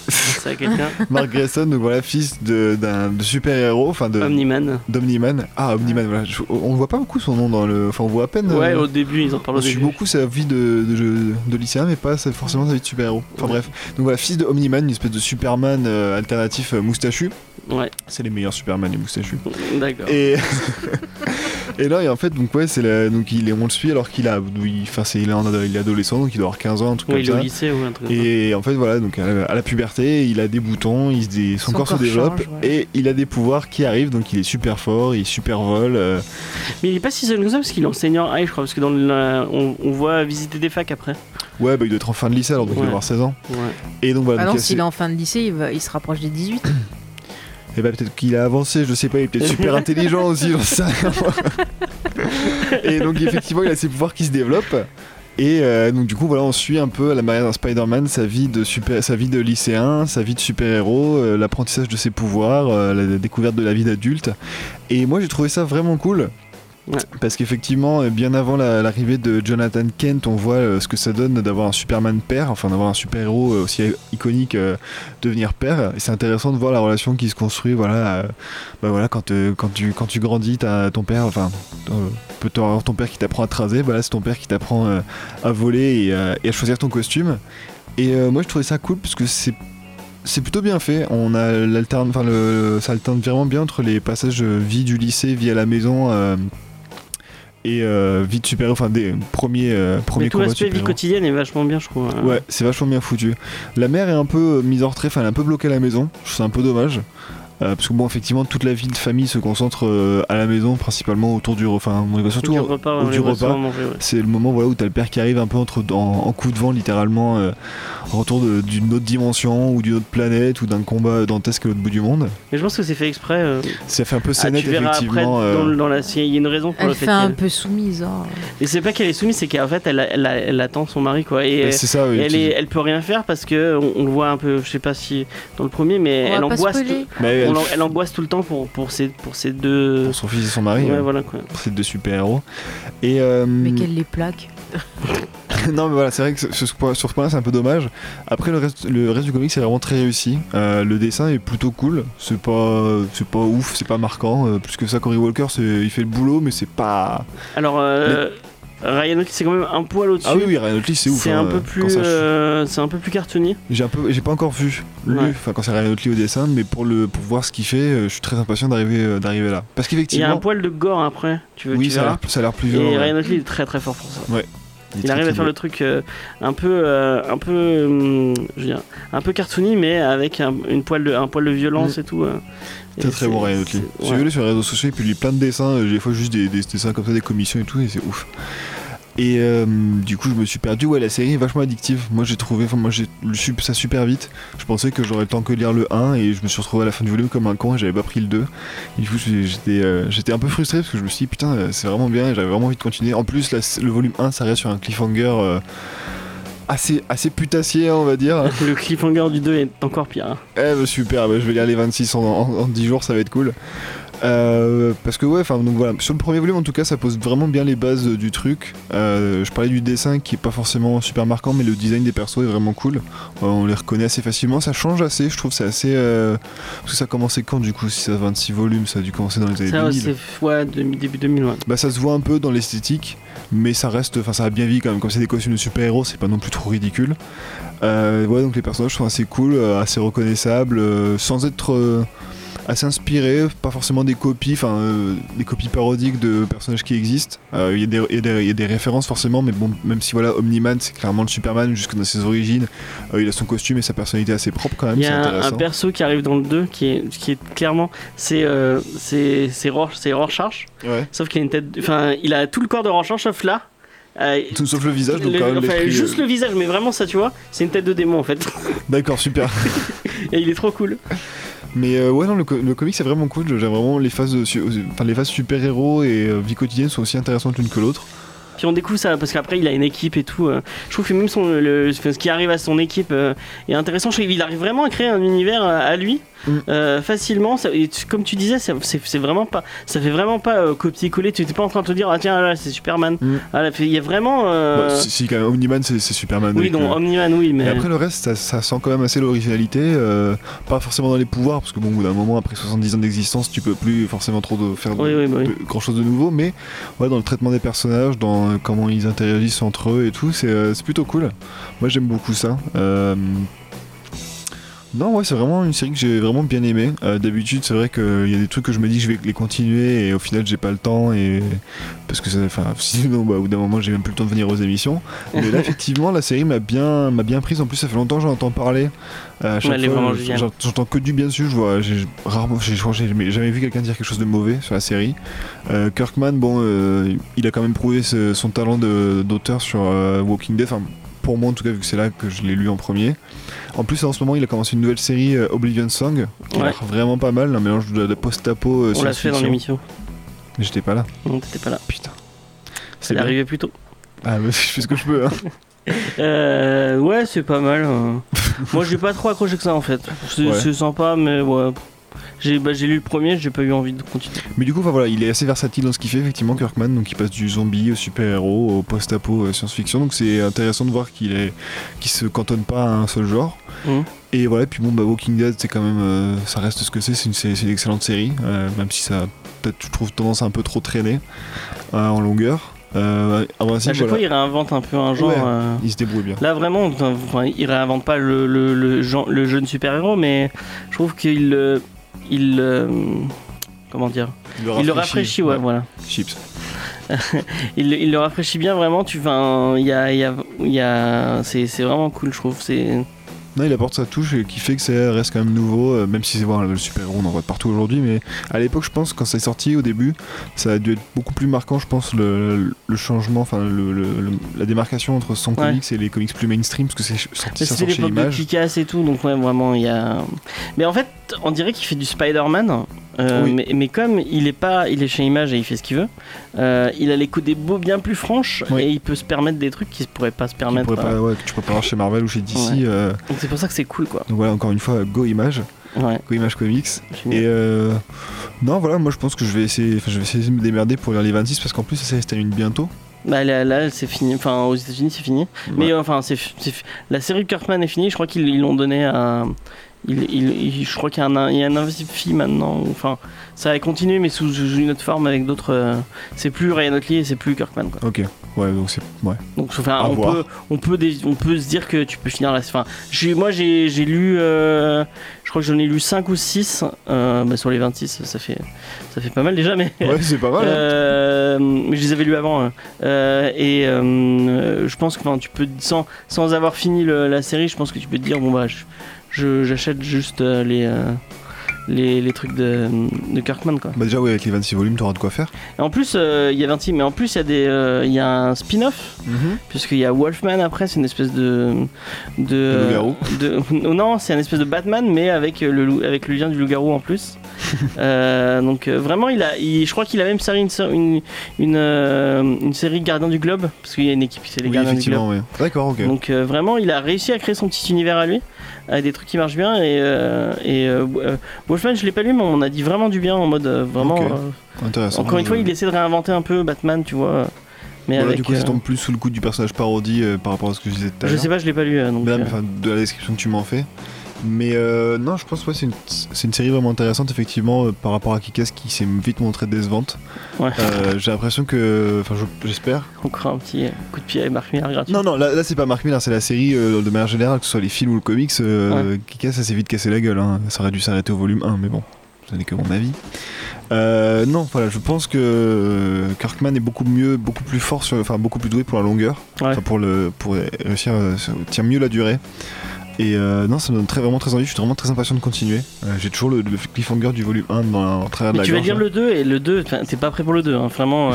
Speaker 2: C'est à quelqu'un.
Speaker 3: Mark Grayson, donc voilà, fils de, d'un de super-héros, enfin de.
Speaker 2: Omniman.
Speaker 3: D'Omniman. Ah, Omniman, voilà. Je- on voit pas beaucoup son nom dans le. Enfin, on voit à peine.
Speaker 2: Ouais,
Speaker 3: euh,
Speaker 2: au début, ils en parlent
Speaker 3: On
Speaker 2: au
Speaker 3: suit
Speaker 2: début.
Speaker 3: beaucoup sa vie de, de, jeu- de lycéen, mais pas sa- forcément sa vie de super-héros. Enfin
Speaker 2: Ouais.
Speaker 3: bref. Donc voilà, fils de Omniman, une espèce de Superman euh, alternatif euh, moustachu.
Speaker 2: Ouais,
Speaker 3: C'est les meilleurs Superman, les moustachus.
Speaker 2: d'accord.
Speaker 3: Et, [LAUGHS] et là, et en fait, donc ouais, c'est la- donc il est, on le suit alors qu'il a, oui, enfin, c'est il est en il est adolescent, donc il doit avoir 15 ans, un truc
Speaker 2: Ouais, il est au
Speaker 3: comme ça.
Speaker 2: lycée ou un truc. comme ça.
Speaker 3: Et en fait, voilà, donc à la, à la puberté, il a des boutons, il se dé- son,
Speaker 4: Son
Speaker 3: corps,
Speaker 4: corps
Speaker 3: se développe
Speaker 4: change, ouais.
Speaker 3: et il a des pouvoirs qui arrivent, donc il est super fort, il super vole. euh,
Speaker 2: Mais il est pas si jeune que ça parce qu'il est enseignant high, je crois, parce que dans le- la- on, on voit visiter des facs après.
Speaker 3: ouais, bah, il doit être en fin de lycée alors, donc il
Speaker 2: Ouais.
Speaker 3: doit avoir 16 ans.
Speaker 2: Ouais.
Speaker 3: Et donc voilà,
Speaker 4: Ah
Speaker 3: donc,
Speaker 4: non,
Speaker 3: il a
Speaker 4: s'il est
Speaker 3: ses-
Speaker 4: en fin de lycée, il, va- il se rapproche des 18.
Speaker 3: Eh ben, peut-être qu'il a avancé, je sais pas, il est peut-être super intelligent aussi, j'en sais rien. et donc effectivement, il a ses pouvoirs qui se développent. Et euh, donc du coup, voilà, on suit un peu à la manière d'un Spider-Man sa vie de super, sa vie de lycéen, sa vie de super-héros, euh, l'apprentissage de ses pouvoirs, euh, la, la découverte de la vie d'adulte. Et moi, j'ai trouvé ça vraiment cool.
Speaker 2: Ouais.
Speaker 3: Parce qu'effectivement, euh, bien avant la- l'arrivée de Jonathan Kent, on voit euh, ce que ça donne d'avoir un Superman père, enfin d'avoir un super-héros euh, aussi iconique euh, devenir père. Et c'est intéressant de voir la relation qui se construit. Voilà, euh, bah voilà quand, euh, quand, tu, quand tu grandis, t'as ton père, enfin, euh, peut avoir ton père qui t'apprend à te raser, bah là c'est ton père qui t'apprend euh, à voler et, euh, et à choisir ton costume. Et euh, moi je trouvais ça cool parce que c'est c'est plutôt bien fait. On a l'alterne, enfin le, ça alterne vraiment bien entre les passages euh, vie du lycée, vie à la maison euh, et euh, vie de super, enfin des premiers euh, premiers
Speaker 2: Mais tout
Speaker 3: combats de
Speaker 2: l'aspect vie
Speaker 3: super-héros.
Speaker 2: quotidienne est vachement bien, je trouve. hein.
Speaker 3: Ouais, c'est vachement bien foutu. La mère est un peu euh, mise en retrait, enfin elle est un peu bloquée à la maison, c'est un peu dommage. Euh, parce que bon, effectivement, toute la vie de famille se concentre euh, à la maison, principalement autour du repas. Enfin, on y va surtout
Speaker 2: du
Speaker 3: au-
Speaker 2: repas,
Speaker 3: au-
Speaker 2: on
Speaker 3: du
Speaker 2: les reçoit
Speaker 3: repas.
Speaker 2: à manger, ouais.
Speaker 3: C'est le moment voilà, où t'as le père qui arrive un peu entre, en, en coup de vent, littéralement, euh, en retour de- d'une autre dimension ou d'une autre planète ou d'un combat dantesque à l'autre bout du monde.
Speaker 2: Mais je pense que c'est fait exprès. euh.
Speaker 3: Ça fait un peu
Speaker 2: Ah,
Speaker 3: scénette,
Speaker 2: tu verras après
Speaker 3: effectivement. euh,
Speaker 2: dans, le- dans la série. Il y a une raison pour le
Speaker 4: Elle
Speaker 2: fait
Speaker 4: fait un
Speaker 2: qu'elle.
Speaker 4: peu soumise. hein.
Speaker 2: Et c'est pas qu'elle est soumise, c'est qu'en fait, elle, a- elle a- elle attend son mari, quoi. Et,
Speaker 3: bah, c'est ça, oui,
Speaker 2: elle,
Speaker 3: tu-
Speaker 2: est, elle peut rien faire parce que on, on le voit un peu, je sais pas si dans le premier, mais
Speaker 4: On
Speaker 2: elle
Speaker 4: va pas
Speaker 2: angoisse,
Speaker 4: spoiler.
Speaker 2: tout,
Speaker 3: Bah,
Speaker 2: on
Speaker 3: elle-
Speaker 2: l'an- elle angoisse tout le temps pour, pour, ces, pour ces deux.
Speaker 3: pour son fils et son mari,
Speaker 2: ouais,
Speaker 3: euh,
Speaker 2: voilà quoi.
Speaker 3: pour ces deux super-héros. Et, euh,
Speaker 4: Mais
Speaker 2: Mm.
Speaker 4: qu'elle les plaque.
Speaker 3: [LAUGHS] non mais voilà c'est vrai que ce- ce point- sur ce point là c'est un peu dommage après le reste, le reste du comic c'est vraiment très réussi Euh, le dessin est plutôt cool c'est pas c'est pas ouf c'est pas marquant Euh, plus que ça Cory Walker c'est- il fait le boulot mais c'est pas
Speaker 2: Alors, euh, Ryan O'Keefe, c'est quand même un poil au-dessus.
Speaker 3: ah oui oui Ryan Otley c'est ouf
Speaker 2: C'est
Speaker 3: hein,
Speaker 2: un peu
Speaker 3: euh,
Speaker 2: plus,
Speaker 3: quand ça-
Speaker 2: euh, c'est un peu plus cartonnier.
Speaker 3: j'ai un peu j'ai pas encore vu lu
Speaker 2: Ouais.
Speaker 3: enfin quand c'est Ryan Otley au dessin mais pour le pour voir ce qu'il fait euh, je suis très impatient d'arriver euh, d'arriver là parce
Speaker 2: Il y a un
Speaker 3: qu'effectivement
Speaker 2: poil de gore après. Tu veux
Speaker 3: oui
Speaker 2: tu
Speaker 3: ça a
Speaker 2: verras.
Speaker 3: l'air ça a l'air plus
Speaker 2: Et
Speaker 3: violent ouais.
Speaker 2: Ryan O'Keefe est très très fort pour ça.
Speaker 3: est
Speaker 2: Il
Speaker 3: très,
Speaker 2: arrive à
Speaker 3: très
Speaker 2: faire
Speaker 3: beau.
Speaker 2: le truc euh, un peu, euh, un peu, hum, je veux dire, un peu cartoony, mais avec un, une poil de, un poil de violence et tout. euh. Et
Speaker 3: Mm. Très très
Speaker 2: c'est-
Speaker 3: bon Ryan
Speaker 2: c'est-
Speaker 3: Otley. Si
Speaker 2: ouais. [LAUGHS]
Speaker 3: vous voulez sur les réseaux sociaux, il publie plein de dessins, euh, des fois juste des, des dessins comme ça, des commissions et tout, et c'est ouf. Et euh, du coup, je me suis perdu. Ouais, la série est vachement addictive. Moi, j'ai trouvé, enfin, moi, j'ai lu sup- ça super vite. Je pensais que j'aurais le temps que de lire le 1 et je me suis retrouvé à la fin du volume comme un con et j'avais pas pris le 2. Et du coup, j'ai- j'étais euh, j'étais un peu frustré parce que je me suis dit, putain, euh, c'est vraiment bien et j'avais vraiment envie de continuer. En plus, la s- le volume 1, ça reste sur un cliffhanger euh, assez, assez putassier, hein, on va dire.
Speaker 2: Le cliffhanger du 2 est encore pire. hein.
Speaker 3: Eh bah super, bah je vais lire les 26 en, en- en 10 jours, ça va être cool. Euh, parce que ouais, enfin donc voilà, sur le premier volume en tout cas, ça pose vraiment bien les bases euh, du truc. Euh, je parlais du dessin qui est pas forcément super marquant, mais le design des persos est vraiment cool. Euh, on les reconnaît assez facilement, ça change assez, je trouve c'est assez. euh, Parce que ça a commencé quand du coup, si ça a 26 volumes, ça a dû commencer dans les années
Speaker 2: Ça,
Speaker 3: 2000.
Speaker 2: c'est fois demi- début 2000. ouais.
Speaker 3: Bah ça se voit un peu dans l'esthétique, mais ça reste, enfin ça a bien vie quand même. Comme c'est des costumes de super-héros, c'est pas non plus trop ridicule. Euh, ouais, donc les personnages sont assez cool, euh, assez reconnaissables, euh, sans être euh, assez inspirés, pas forcément des copies, enfin euh, des copies parodiques de personnages qui existent. Euh, Il y, a des- il y a des- il y a des références forcément, mais bon, même si voilà, Omniman c'est clairement le Superman jusque dans ses origines, Euh, il a son costume et sa personnalité assez propre quand même,
Speaker 2: Il y
Speaker 3: Ah c'est
Speaker 2: a un,
Speaker 3: intéressant.
Speaker 2: un perso qui arrive dans le 2 qui est, qui est clairement. C'est euh, c'est c'est Rorsch- c'est Rorschach,
Speaker 3: Ouais.
Speaker 2: sauf qu'il a une tête. Enfin, il a tout le corps de Rorschach sauf là. Euh,
Speaker 3: Tout sauf le visage, donc
Speaker 2: le-
Speaker 3: quand même
Speaker 2: enfin,
Speaker 3: l'esprit,
Speaker 2: juste
Speaker 3: euh,
Speaker 2: le visage, mais vraiment ça, tu vois, c'est une tête de démon en fait. [LAUGHS]
Speaker 3: D'accord, super.
Speaker 2: Et il est trop cool.
Speaker 3: Mais euh, ouais, non, le, co- le comic c'est vraiment cool. J'aime vraiment les phases, de su- enfin, les phases super-héros et euh, vie quotidienne sont aussi intéressantes l'une que l'autre.
Speaker 2: Puis on découvre ça parce qu'après il a une équipe et tout. euh, je trouve que même son, le, enfin, ce qui arrive à son équipe euh, est intéressant. Je trouve qu'il arrive vraiment à créer un univers euh, à lui
Speaker 3: Mm.
Speaker 2: euh, facilement. Ça- et tu- comme tu disais, ça- c'est c'est vraiment pas, ça fait vraiment pas euh, copier-coller. Tu n'es pas en train de te dire ah tiens là c'est Superman.
Speaker 3: Mm.
Speaker 2: Ah, là, il y a vraiment. euh,
Speaker 3: Bah, si, si, quand même, Omniman c'est c'est Superman.
Speaker 2: oui
Speaker 3: avec,
Speaker 2: donc
Speaker 3: euh,
Speaker 2: Omniman oui mais.
Speaker 3: Et après le reste, ça, ça sent quand même assez l'originalité, euh, pas forcément dans les pouvoirs, parce que bon, au bout d'un moment, après 70 ans d'existence, tu peux plus forcément trop de, faire de-
Speaker 2: Oui, oui, bah oui.
Speaker 3: de- grand-chose de nouveau, mais ouais, dans le traitement des personnages, dans euh, comment ils interagissent entre eux et tout, c'est euh, c'est plutôt cool. Moi j'aime beaucoup ça. Euh, Non, ouais, c'est vraiment une série que j'ai vraiment bien aimée. Euh, D'habitude, c'est vrai qu'il y a des trucs que je me dis que je vais les continuer et au final, j'ai pas le temps et parce que ça, enfin, [LAUGHS] sinon, bah, au bout d'un moment, j'ai même plus le temps de venir aux émissions.
Speaker 2: [LAUGHS]
Speaker 3: Mais là, effectivement, la série m'a bien, m'a bien prise. En plus, ça fait longtemps que j'en entends parler. Euh, à chaque
Speaker 2: Ouais, elle est
Speaker 3: fois,
Speaker 2: vraiment
Speaker 3: je-
Speaker 2: géniale.
Speaker 3: j'en- j'entends que du bien dessus. Je vois, j'ai rarement, j'ai j'ai jamais, jamais vu quelqu'un dire quelque chose de mauvais sur la série. Euh, Kirkman, bon, euh, il a quand même prouvé ce- son talent de- d'auteur sur euh, Walking Dead. Enfin, pour moi, en tout cas, vu que c'est là que je l'ai lu en premier. En plus, en ce moment, il a commencé une nouvelle série euh, Oblivion Song, qui a
Speaker 2: Ouais.
Speaker 3: l'air vraiment pas mal, un mélange de, de post-apo. euh,
Speaker 2: on l'a fait dans
Speaker 3: science-fiction.
Speaker 2: l'émission.
Speaker 3: Mais j'étais pas là.
Speaker 2: Non, t'étais pas là.
Speaker 3: Putain. C'est
Speaker 2: C'est
Speaker 3: bien.
Speaker 2: arrivé plus tôt.
Speaker 3: Ah, mais [LAUGHS] je fais ce que je peux. hein.
Speaker 2: Euh, ouais, hein.
Speaker 3: [LAUGHS]
Speaker 2: c'est pas mal. euh. Moi, j'ai pas trop accroché que ça en fait. C'est
Speaker 3: Ouais.
Speaker 2: c'est sympa, mais ouais. J'ai bah, j'ai lu le premier, j'ai pas eu envie de continuer.
Speaker 3: Mais du coup, enfin, voilà, il est assez versatile dans ce qu'il fait, effectivement, Kirkman. Donc, il passe du zombie au super-héros, au post-apo, euh, science-fiction. Donc, c'est intéressant de voir qu'il est, qu'il se cantonne pas à un seul genre.
Speaker 2: Mhm.
Speaker 3: Et voilà, puis bon, bah, Walking Dead, c'est quand même, euh, ça reste ce que c'est. C'est une, c'est- c'est une excellente série, euh, même si ça, a peut-être, je trouve tendance à un peu trop traîner euh, en longueur. Euh, à mon avis,
Speaker 2: à chaque
Speaker 3: voilà,
Speaker 2: fois, il réinvente un peu un genre.
Speaker 3: Ouais.
Speaker 2: euh,
Speaker 3: il se débrouille bien.
Speaker 2: Là vraiment, enfin, il réinvente pas le, le, le, gen- le jeune super-héros, mais je trouve qu'il euh, il euh, comment dire, il le rafraîchit, ouais, voilà.
Speaker 3: Chips.
Speaker 2: Il, il le rafraîchit bien vraiment. Tu, enfin, il y a, il y a, il y a- c'est c'est vraiment cool, je trouve. C'est
Speaker 3: Non, il apporte sa touche et qui fait que ça reste quand même nouveau, euh, même si c'est bon, le super-héros, on en voit partout aujourd'hui, mais à l'époque, je pense, quand c'est sorti au début, ça a dû être beaucoup plus marquant, je pense, le, le changement, enfin, le- le- le- la démarcation entre son
Speaker 2: Ouais.
Speaker 3: comics et les comics plus mainstream, parce que c'est ch- sorti, ça
Speaker 2: c'était
Speaker 3: sort chez
Speaker 2: l'époque de
Speaker 3: Image.
Speaker 2: Kick-Ass et tout, donc ouais, vraiment, il y a. Mais en fait, on dirait qu'il fait du Spider-Man. euh,
Speaker 3: Oui.
Speaker 2: mais, mais comme il est pas, il est chez Image et il fait ce qu'il veut, euh, il a les coups des beaux bien plus franches
Speaker 3: Oui.
Speaker 2: et il peut se permettre des trucs qu'il ne pourrait pas se
Speaker 3: qui
Speaker 2: permettre. euh.
Speaker 3: pourrait pas- ouais, que tu pourrais pas voir chez Marvel ou chez DC.
Speaker 2: Ouais.
Speaker 3: euh,
Speaker 2: Donc c'est pour ça que c'est cool, quoi.
Speaker 3: donc voilà, encore une fois, Go Image,
Speaker 2: Ouais.
Speaker 3: Go Image Comics.
Speaker 2: génial.
Speaker 3: Et euh, non, voilà, moi je pense que je vais essayer, enfin, je vais essayer de me démerder pour lire les 26 parce qu'en plus ça se termine bientôt.
Speaker 2: Bah, là, là, c'est fini. Enfin, aux États-Unis, c'est fini. Mais euh, enfin, c'est, fi- c'est fi- la série de Kirkman est finie. Je crois qu'ils ils l'ont donné à. il- il- il- je crois qu'il y a un, il y a un investi maintenant. Enfin, ça a continué, mais sous, sous une autre forme avec d'autres. euh, c'est plus Ryan Otley et c'est plus Kirkman. Quoi.
Speaker 3: Ok, ouais, donc c'est. Ouais.
Speaker 2: Donc, enfin,
Speaker 3: À
Speaker 2: on,
Speaker 3: voir.
Speaker 2: peut, on, peut dé- on peut se dire que tu peux finir la. Enfin, j'ai- moi, j'ai, j'ai lu. euh, je crois que j'en ai lu 5 ou 6 sur les 26. Ça fait, ça fait pas mal déjà, mais.
Speaker 3: Ouais, c'est pas mal. hein.
Speaker 2: Euh, mais je les avais lus avant. hein. Euh, et euh, euh, je pense que enfin, tu peux, sans, sans avoir fini le- la série, je pense que tu peux te dire bon bah, je- je- j'achète juste euh, les, euh, les les trucs de, de Kirkman quoi.
Speaker 3: Bah déjà oui avec les 26 volumes t'auras de quoi faire.
Speaker 2: Et en plus, euh, il y a 26, mais en plus il y a des, euh, il y a un spin-off puisqu'il y a Wolfman après, c'est une espèce de de,
Speaker 3: Le loup-garou.
Speaker 2: de- [LAUGHS] oh non, c'est un espèce de Batman mais avec euh, le loup- avec le lien du loup-garou en
Speaker 3: [LAUGHS]
Speaker 2: plus. Euh, donc euh, vraiment, il a, il- je crois qu'il a même servi une ser- une une, euh, une série Gardien du Globe parce qu'il y a une équipe qui c'est les
Speaker 3: Oui
Speaker 2: Gardiens du Globe.
Speaker 3: effectivement ouais. D'accord ok.
Speaker 2: Donc euh, vraiment, il a réussi à créer son petit univers à lui, avec des trucs qui marchent bien. Et, euh, et euh, euh, Wolfman, je l'ai pas lu, mais on a dit vraiment du bien en mode euh, vraiment.
Speaker 3: Ok.
Speaker 2: euh,
Speaker 3: Intéressant.
Speaker 2: encore une fois, il essaie de réinventer un peu Batman, tu vois. euh, Mais
Speaker 3: Voilà,
Speaker 2: avec,
Speaker 3: du coup ça
Speaker 2: euh,
Speaker 3: tombe plus sous le coup du personnage parodie euh, par rapport à ce que je disais tout à
Speaker 2: je
Speaker 3: l'heure.
Speaker 2: sais pas, je l'ai pas lu. euh, donc,
Speaker 3: Mais là,
Speaker 2: euh,
Speaker 3: enfin, de la description que tu m'en fais. Mais euh, non je pense que c'est une, c'est une série vraiment intéressante effectivement euh, par rapport à Kikas qui s'est vite montrée décevante.
Speaker 2: Ouais.
Speaker 3: Euh, J'ai l'impression que... Enfin je- j'espère.
Speaker 2: encore un petit euh, coup de pied à Marc Millar gratuit.
Speaker 3: Non non là, là, c'est pas Mark Millar c'est la série euh, de manière générale que ce soit les films ou le comics. euh, Kikas ça s'est vite cassé la gueule. hein. Ça aurait dû s'arrêter au volume 1 mais bon. Ce n'est que mon avis. Euh, non, voilà, je pense que euh, Kirkman est beaucoup mieux, beaucoup plus fort, sur, enfin beaucoup plus doué pour la longueur,
Speaker 2: Ouais.
Speaker 3: Enfin, pour le pour euh, réussir à tirer mieux la durée. Et euh, non, ça me donne très, vraiment très envie. Je suis vraiment très impatient de continuer. Euh, J'ai toujours le, le cliffhanger du volume 1 dans la- en travers de
Speaker 2: Mais
Speaker 3: la
Speaker 2: tu vas
Speaker 3: gorge, hein.
Speaker 2: lire
Speaker 3: là.
Speaker 2: le 2 et le 2, enfin, t'es pas prêt pour le 2, hein, vraiment.
Speaker 3: [LAUGHS]
Speaker 2: euh,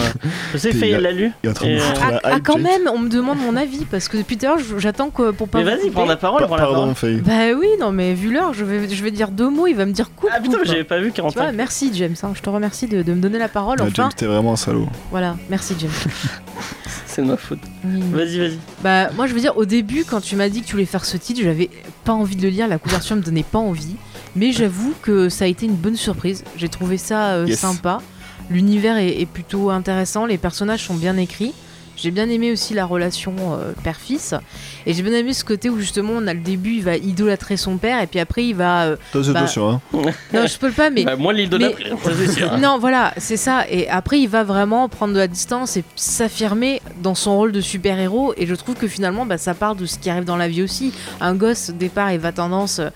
Speaker 2: je sais,
Speaker 3: T'es
Speaker 2: Faye,
Speaker 3: là-
Speaker 2: elle l'a lu.
Speaker 3: Il est en train de me
Speaker 2: et, euh,
Speaker 3: foutre
Speaker 4: Ah,
Speaker 3: la
Speaker 4: ah,
Speaker 3: hype,
Speaker 4: quand
Speaker 3: Jake.
Speaker 4: même, on me demande mon avis parce que depuis tout à l'heure, je- j'attends que pour pas.
Speaker 2: Mais
Speaker 4: vous
Speaker 2: vas-y,
Speaker 4: couper.
Speaker 2: prends la parole,
Speaker 3: Pa-
Speaker 2: prends la
Speaker 3: Pardon,
Speaker 2: parole.
Speaker 3: Faye.
Speaker 4: Bah oui, non mais vu l'heure, je vais, je vais dire deux mots, il va me dire coupe.
Speaker 2: Ah putain, mais
Speaker 4: coupe.
Speaker 2: j'avais pas vu
Speaker 4: Tu vois,
Speaker 2: 45.
Speaker 4: merci James, hein, je te remercie de, de me donner la parole.
Speaker 3: Ah,
Speaker 4: enfin,
Speaker 3: James, t'es vraiment un salaud.
Speaker 4: voilà, merci James.
Speaker 2: C'est de ma faute. [LAUGHS] Vas-y, vas-y.
Speaker 4: Bah moi je veux dire au début quand tu m'as dit que tu voulais faire ce titre j'avais pas envie de le lire, la couverture me donnait pas envie, mais j'avoue que ça a été une bonne surprise, j'ai trouvé ça euh,
Speaker 3: Yes.
Speaker 4: sympa, l'univers est, est plutôt intéressant, les personnages sont bien écrits, j'ai bien aimé aussi la relation euh, père-fils, et j'ai bien aimé ce côté où justement on a le début il va idolâtrer son père et puis après il va... euh,
Speaker 3: Toi, c'est
Speaker 4: Bah,
Speaker 3: toi sur un.
Speaker 4: Non je peux le pas mais...
Speaker 2: Bah, moi, l'île de
Speaker 4: mais-
Speaker 2: l'après, ça, c'est sûr. [LAUGHS]
Speaker 4: Non, voilà, c'est ça. Et après, il va vraiment prendre de la distance et s'affirmer dans son rôle de super-héros. Et je trouve que finalement, bah, ça part de ce qui arrive dans la vie aussi. Un gosse, au départ, il va tendance, euh,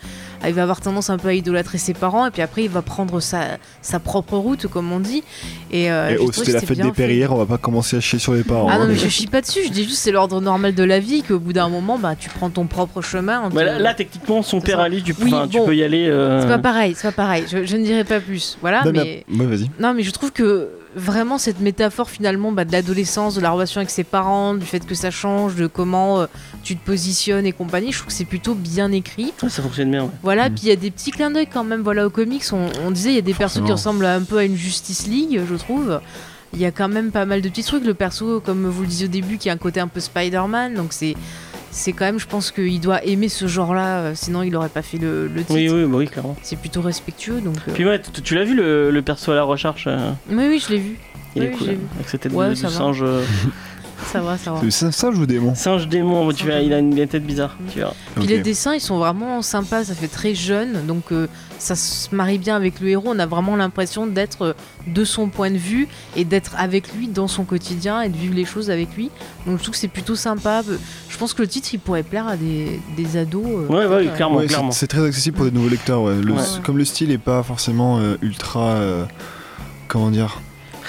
Speaker 4: il va avoir tendance un peu à idolâtrer ses parents. Et puis après, il va prendre sa, sa propre route, comme on dit. Et, euh,
Speaker 3: Eh
Speaker 4: je
Speaker 3: oh,
Speaker 4: trouvais
Speaker 3: c'était
Speaker 4: que
Speaker 3: la fête
Speaker 4: bien
Speaker 3: des
Speaker 4: fait.
Speaker 3: pères hier, on va pas commencer à chier sur les parents.
Speaker 4: Ah non,
Speaker 3: hein,
Speaker 4: mais
Speaker 3: les
Speaker 4: je chie pas dessus. Je dis juste, c'est l'ordre normal de la vie qu'au bout d'un moment, bah, tu prends ton propre chemin. on te-
Speaker 2: Bah, là, là, techniquement, son
Speaker 4: C'est
Speaker 2: père
Speaker 4: ça.
Speaker 2: Ali, tu, peux-
Speaker 4: Oui,
Speaker 2: enfin, tu
Speaker 4: bon.
Speaker 2: peux y aller. euh,
Speaker 4: C'est pas pareil, c'est pas pareil. Je, je ne dirai pas plus. Voilà,
Speaker 3: Non,
Speaker 4: mais...
Speaker 3: mais- Ouais, vas-y.
Speaker 4: Non, mais je trouve que vraiment cette métaphore finalement bah, de l'adolescence, de la relation avec ses parents, du fait que ça change, de comment euh, tu te positionnes et compagnie, je trouve que c'est plutôt bien écrit.
Speaker 2: Ah, Ça fonctionne bien, ouais.
Speaker 4: Voilà,
Speaker 3: Mm.
Speaker 4: puis il y a des petits clins d'œil quand même. Voilà, au comics, on, on disait il y a des persos qui
Speaker 3: Forcément.
Speaker 4: ressemblent un peu à une Justice League, je trouve. Il y a quand même pas mal de petits trucs. Le perso, comme vous le disiez au début, qui a un côté un peu Spider-Man, donc c'est c'est quand même, je pense qu'il doit aimer ce genre-là, euh, sinon il aurait pas fait le, le titre.
Speaker 2: Oui, oui, bah oui, clairement.
Speaker 4: C'est plutôt respectueux, donc. euh,
Speaker 2: Puis ouais, tu tu l'as vu le, le perso à la recherche euh,
Speaker 4: Oui, oui, je l'ai vu.
Speaker 2: Il est
Speaker 4: Oui,
Speaker 2: cool.
Speaker 4: j'ai vu.
Speaker 2: Avec cette tête de-
Speaker 4: Ouais,
Speaker 2: de,
Speaker 4: ça va.
Speaker 2: singe. euh,
Speaker 4: Ça va, ça va.
Speaker 3: C'est ça, ça je vous démon.
Speaker 2: singe démon, tu verras, il a une tête bizarre. Tu verras.
Speaker 4: Puis
Speaker 3: Ok.
Speaker 4: les dessins, ils sont vraiment sympas, ça fait très jeune, donc euh, ça se marie bien avec le héros. On a vraiment l'impression d'être euh, de son point de vue et d'être avec lui dans son quotidien et de vivre les choses avec lui. Donc je trouve que c'est plutôt sympa. Je pense que le titre, il pourrait plaire à des, des ados. euh,
Speaker 2: Ouais, ouais, clairement,
Speaker 3: Ouais, c'est-
Speaker 2: clairement.
Speaker 3: c'est très accessible pour des nouveaux lecteurs. ouais. Le-
Speaker 2: Ouais.
Speaker 3: Comme le style est pas forcément euh, ultra. euh, comment dire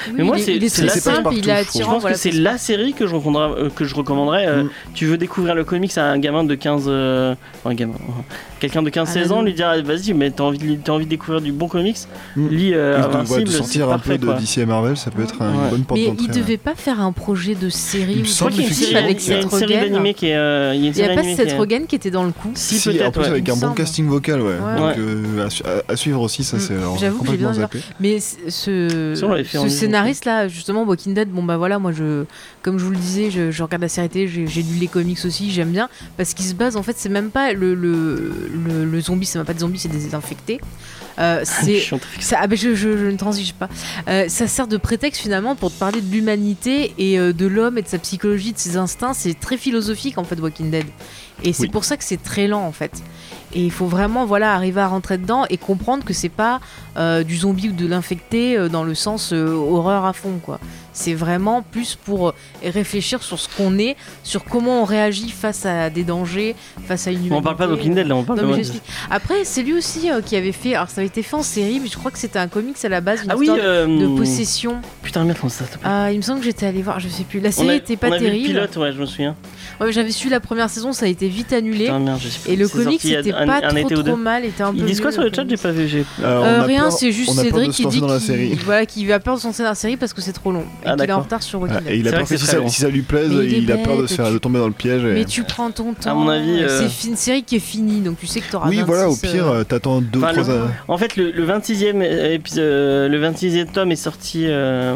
Speaker 4: Oui,
Speaker 2: Mais moi,
Speaker 4: il est-
Speaker 2: c'est-
Speaker 4: il est,
Speaker 2: c'est
Speaker 4: très
Speaker 2: la
Speaker 4: simple,
Speaker 3: partout,
Speaker 4: il est
Speaker 3: je trouve.
Speaker 2: Je
Speaker 4: attirant.
Speaker 2: pense
Speaker 4: voilà,
Speaker 2: que c'est la série que je recommanderais. euh, que je recommanderais euh,
Speaker 3: Mm.
Speaker 2: Tu veux découvrir le comics à un gamin de 15. euh, enfin, un gamin. euh, Quelqu'un de
Speaker 4: Ah,
Speaker 2: 15-16
Speaker 4: non,
Speaker 2: ans,
Speaker 4: non.
Speaker 2: lui dire ah, vas-y, mais t'as envie, de li- t'as envie de découvrir du bon comics,
Speaker 3: Mm.
Speaker 2: lis euh,
Speaker 3: de, ouais,
Speaker 2: Invincible,
Speaker 3: de
Speaker 2: c'est
Speaker 3: sortir un
Speaker 2: parfait,
Speaker 3: peu de
Speaker 2: quoi.
Speaker 3: DC et Marvel, ça peut être une
Speaker 2: Ouais.
Speaker 3: bonne porte
Speaker 4: Mais il
Speaker 3: d'entrée. ouais.
Speaker 4: devait pas faire un projet de
Speaker 3: Il
Speaker 4: série
Speaker 3: me
Speaker 4: ou
Speaker 2: Je crois
Speaker 3: semble,
Speaker 2: qu'il y a
Speaker 4: quelque
Speaker 2: une
Speaker 4: chose
Speaker 2: série,
Speaker 4: avec
Speaker 2: il y a une
Speaker 4: cette
Speaker 2: série
Speaker 4: rengaine.
Speaker 2: d'animé qui est. euh, il y a une
Speaker 4: Il n'y
Speaker 2: série
Speaker 4: a pas
Speaker 2: animée qui
Speaker 4: Seth
Speaker 2: est-
Speaker 4: Rogen qui était dans le coup.
Speaker 2: Si,
Speaker 3: Si, en
Speaker 2: peut-être.
Speaker 3: plus
Speaker 2: ouais.
Speaker 3: avec un bon
Speaker 4: semble.
Speaker 3: casting vocal, ouais.
Speaker 4: Ouais.
Speaker 3: Donc
Speaker 2: Ouais.
Speaker 3: euh, à, su- à- à suivre aussi, ça
Speaker 4: Mm.
Speaker 3: c'est alors,
Speaker 4: J'avoue que j'ai
Speaker 3: complètement
Speaker 4: bien
Speaker 3: zappé.
Speaker 4: Mais c- ce,
Speaker 2: Ça, on l'avait fait en
Speaker 4: ce
Speaker 2: ligne,
Speaker 4: scénariste là, justement, Walking Dead, bon bah voilà, moi je, comme je vous le disais, je, je regarde la série télé, j'ai j'ai lu les comics aussi, j'aime bien, parce qu'il se base en fait, c'est même pas le, le, le, le zombie, c'est même pas des zombies, c'est des infectés. Euh,
Speaker 2: Je
Speaker 4: c'est
Speaker 2: suis en train de
Speaker 4: ça, ah ben je, je- je ne transige pas. Euh, ça sert de prétexte finalement pour te parler de l'humanité et euh, de l'homme et de sa psychologie, de ses instincts. C'est très philosophique en fait Walking Dead. Et c'est
Speaker 3: Oui.
Speaker 4: pour ça que c'est très lent en fait. Et il faut vraiment voilà arriver à rentrer dedans et comprendre que c'est pas euh, du zombie ou de l'infecté euh, dans le sens euh, horreur à fond quoi. C'est vraiment plus pour euh, réfléchir sur ce qu'on est, sur comment on réagit face à des dangers, face à une humanité.
Speaker 2: On parle pas de Walking Dead là, on parle
Speaker 4: Non,
Speaker 2: de
Speaker 4: mais j'explique. Après, c'est lui aussi euh, qui avait fait. Alors, ça avait été fait en série, mais je crois que c'était un comics à la base, une
Speaker 2: Ah oui,
Speaker 4: histoire
Speaker 2: euh,
Speaker 4: de possession.
Speaker 2: Putain, merde, comment ça s'appelle
Speaker 4: Ah, il me semble que j'étais allée voir, je sais plus. La
Speaker 2: On
Speaker 4: série
Speaker 2: a-
Speaker 4: était Ah, pas
Speaker 2: on a vu
Speaker 4: terrible.
Speaker 2: le pilote, ouais, je me souviens.
Speaker 4: Ouais, J'avais su la première saison, ça a été vite annulé.
Speaker 2: Putain, merde, je sais plus.
Speaker 4: et le
Speaker 2: C'est
Speaker 4: comics
Speaker 2: sorti il y a
Speaker 4: était
Speaker 2: un-
Speaker 4: pas
Speaker 2: un
Speaker 4: trop,
Speaker 2: été ou deux.
Speaker 4: trop mal. Était un peu
Speaker 2: Ils disent quoi
Speaker 4: mieux,
Speaker 2: sur le
Speaker 4: le
Speaker 2: chat J'ai
Speaker 4: comics.
Speaker 2: pas vu. j'ai-
Speaker 3: Euh, on
Speaker 4: Euh,
Speaker 3: a
Speaker 4: rien,
Speaker 3: peur-
Speaker 4: c'est juste
Speaker 3: on a peur de
Speaker 4: Cédric
Speaker 3: se
Speaker 4: qui
Speaker 3: lancer
Speaker 4: dit
Speaker 3: dans la
Speaker 4: qu'il- [LAUGHS]
Speaker 3: série.
Speaker 4: voilà, qu'il va perdre son scénar série parce que c'est trop long
Speaker 2: Ah,
Speaker 4: et qu'il est en
Speaker 2: d'accord.
Speaker 4: retard sur
Speaker 3: Ouais,
Speaker 4: Walking Dead.
Speaker 3: et il
Speaker 2: C'est
Speaker 3: a
Speaker 2: vrai
Speaker 3: peur
Speaker 2: que
Speaker 3: que
Speaker 2: c'est
Speaker 3: si
Speaker 2: très
Speaker 3: ça,
Speaker 2: long.
Speaker 3: si ça lui plaise,
Speaker 4: Mais il est
Speaker 3: il a peur de,
Speaker 4: bête,
Speaker 3: se faire,
Speaker 4: tu-
Speaker 3: de tomber dans le piège. et-
Speaker 4: Mais tu prends ton temps.
Speaker 2: mon avis, euh,
Speaker 4: C'est fi- une série qui est finie, donc tu sais que t'auras.
Speaker 3: Oui, voilà, au
Speaker 4: 26,
Speaker 3: pire,
Speaker 4: euh,
Speaker 3: euh, t'attends deux
Speaker 2: Enfin,
Speaker 3: trois
Speaker 2: le-
Speaker 3: ans.
Speaker 2: En fait, le, le 26e épisode, euh, le 26e tome est sorti, euh,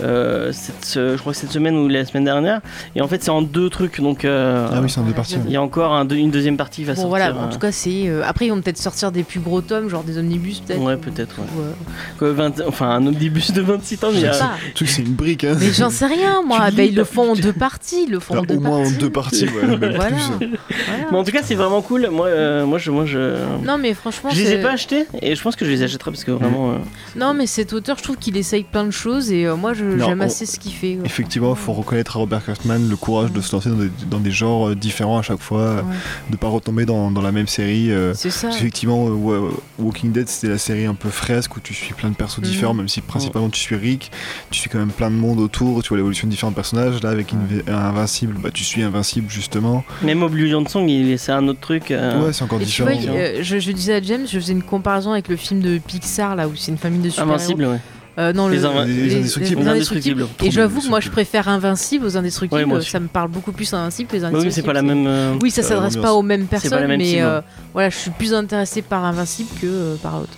Speaker 2: euh, cette, euh, je crois que cette semaine ou la semaine dernière. Et en fait, c'est en deux trucs, donc euh,
Speaker 3: Ah oui, c'est en deux
Speaker 4: voilà,
Speaker 3: parties.
Speaker 4: je-
Speaker 2: il y a encore un deux- une deuxième partie qui va
Speaker 4: Bon,
Speaker 2: sortir.
Speaker 4: voilà,
Speaker 2: euh,
Speaker 4: en tout cas, c'est. euh, Après, ils vont peut-être sortir des plus gros tomes, genre des omnibus, peut-être.
Speaker 2: Ouais,
Speaker 4: ou-
Speaker 2: peut-être, ouais.
Speaker 4: ou, euh,
Speaker 2: quoi, 20 enfin, un omnibus de 26 tomes. il y
Speaker 4: je
Speaker 2: a-
Speaker 3: [LAUGHS]
Speaker 4: sais pas.
Speaker 3: Le truc, c'est une brique, hein.
Speaker 4: Mais j'en sais rien, moi.
Speaker 2: Tu
Speaker 4: Bah,
Speaker 2: lis,
Speaker 4: ils le
Speaker 2: t'as-
Speaker 4: font en deux parties. Ils le font en
Speaker 3: Enfin,
Speaker 4: deux
Speaker 3: au moins en
Speaker 4: parties.
Speaker 3: deux parties, ouais, même
Speaker 4: [LAUGHS] Voilà.
Speaker 3: plus.
Speaker 4: Voilà.
Speaker 2: Mais en tout cas, c'est vraiment cool. Moi, euh, moi, je, moi, je.
Speaker 4: Non, mais franchement,
Speaker 2: Je les ai
Speaker 4: c'est-
Speaker 2: pas achetés et je pense que je les achèterai parce que vraiment. euh,
Speaker 4: non, mais cet auteur, je trouve qu'il essaye plein de choses et euh, moi, je-
Speaker 3: Non,
Speaker 4: j'aime
Speaker 3: on-
Speaker 4: assez ce qu'il fait. quoi.
Speaker 3: Effectivement, faut reconnaître à Robert Kurtzman le courage de se lancer dans des, dans des genres euh, différents à chaque fois, euh,
Speaker 4: Ouais.
Speaker 3: de pas retomber dans, dans la même série. euh,
Speaker 4: C'est ça.
Speaker 3: parce qu'effectivement, euh, Wa- Walking Dead, c'était la série un peu fresque où tu suis plein de persos
Speaker 4: Mhm.
Speaker 3: différents, même si principalement tu suis Rick, tu suis quand même plein de monde autour, tu vois l'évolution de différents personnages. Là, avec Invi- Invincible, bah, tu suis Invincible justement.
Speaker 2: Même Oblivion Song, il- c'est un autre truc. euh,
Speaker 3: ouais, c'est encore
Speaker 4: Et tu
Speaker 3: différent.
Speaker 4: vois, il- euh, je, je disais à James, je faisais une comparaison avec le film de Pixar là où c'est une famille de super-héros.
Speaker 2: Invincible, ouais.
Speaker 4: Euh, non,
Speaker 2: Les
Speaker 4: le-
Speaker 2: Invi-
Speaker 3: Les Indestructibles.
Speaker 2: Les
Speaker 4: les Indestructibles.
Speaker 2: Indestructibles.
Speaker 4: Et
Speaker 3: Trop
Speaker 4: j'avoue
Speaker 3: bien,
Speaker 4: que moi, je
Speaker 3: Indestructibles.
Speaker 4: préfère Invincible aux
Speaker 2: Ouais,
Speaker 4: Indestructibles.
Speaker 2: moi aussi.
Speaker 4: ça me parle beaucoup plus Invincible que les
Speaker 2: Bah oui, mais c'est
Speaker 4: Indestructibles.
Speaker 2: pas la même. euh,
Speaker 4: Oui, ça
Speaker 3: Euh,
Speaker 4: s'adresse
Speaker 3: l'ambiance.
Speaker 4: pas aux mêmes
Speaker 2: C'est pas la
Speaker 4: personnes,
Speaker 2: même
Speaker 4: mais
Speaker 2: cible.
Speaker 4: euh, voilà, je suis plus intéressée par Invincible que euh, par l'autre.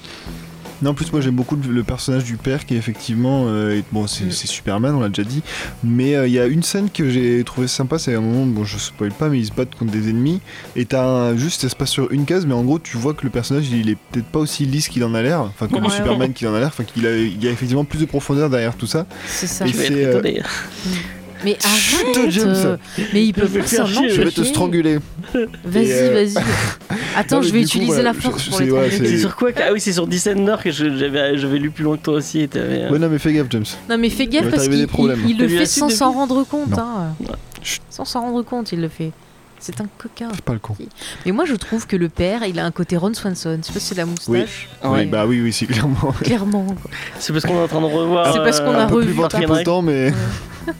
Speaker 3: Non, en plus, moi j'aime beaucoup le, le personnage du père qui, effectivement, euh, est- bon, c'est
Speaker 4: Mm.
Speaker 3: c'est Superman, on l'a déjà dit. Mais euh, il y a une scène que j'ai trouvé sympa, c'est un moment, bon, je spoil pas, mais ils se battent contre des ennemis. Et t'as un- juste, ça se passe sur une case, mais en gros, tu vois que le personnage, il est peut-être pas aussi lisse qu'il en a l'air, enfin, comme
Speaker 4: Ouais.
Speaker 3: Superman qu'il en a l'air, enfin, qu'il a, il y a effectivement plus de profondeur derrière tout ça.
Speaker 4: C'est ça.
Speaker 3: Et
Speaker 2: Je vais être
Speaker 3: c'est, euh,
Speaker 2: étonné.
Speaker 4: Mais
Speaker 3: Chut,
Speaker 4: arrête
Speaker 3: James.
Speaker 4: euh, Mais il peut
Speaker 2: vais
Speaker 4: pas
Speaker 2: faire
Speaker 4: s'en
Speaker 2: chier,
Speaker 3: Je vais te
Speaker 4: empêcher.
Speaker 3: stranguler.
Speaker 4: Vas-y,
Speaker 3: Et, euh, [LAUGHS]
Speaker 4: vas-y. Attends,
Speaker 3: Non, mais
Speaker 4: je vais
Speaker 3: du coup,
Speaker 4: utiliser
Speaker 3: voilà,
Speaker 4: la force
Speaker 3: je-
Speaker 4: pour
Speaker 3: c'est-
Speaker 4: les
Speaker 3: ouais,
Speaker 4: trembler.
Speaker 2: C'est
Speaker 3: Et-
Speaker 2: sur quoi que- Ah oui, c'est sur Dissender que je- j'avais j'avais lu plus loin que toi aussi. Et t'avais, euh,
Speaker 3: Ouais, non, mais fais gaffe, James.
Speaker 4: Non mais fais
Speaker 3: Il
Speaker 4: gaffe
Speaker 3: va
Speaker 4: parce
Speaker 3: t'arriver
Speaker 4: qu'il
Speaker 3: des problèmes.
Speaker 4: il- il le
Speaker 2: Il lui a
Speaker 4: fait
Speaker 2: su
Speaker 4: sans
Speaker 2: depuis.
Speaker 4: s'en rendre compte.
Speaker 3: Non.
Speaker 4: hein.
Speaker 2: Ouais.
Speaker 3: Chut.
Speaker 4: Sans s'en rendre compte, il le fait. C'est un coquin.
Speaker 3: Fais pas le con.
Speaker 4: Mais moi, je trouve que le père, il a un côté Ron Swanson. Je sais pas si c'est la moustache.
Speaker 2: Ah Ouais.
Speaker 3: Oui, bah oui, oui, c'est clairement.
Speaker 4: Clairement. quoi.
Speaker 2: C'est parce qu'on est en train de revoir.
Speaker 4: C'est parce qu'on
Speaker 2: euh,
Speaker 4: a
Speaker 3: un peu
Speaker 4: revu
Speaker 3: plus ventre
Speaker 2: Patrick.
Speaker 3: temps, mais.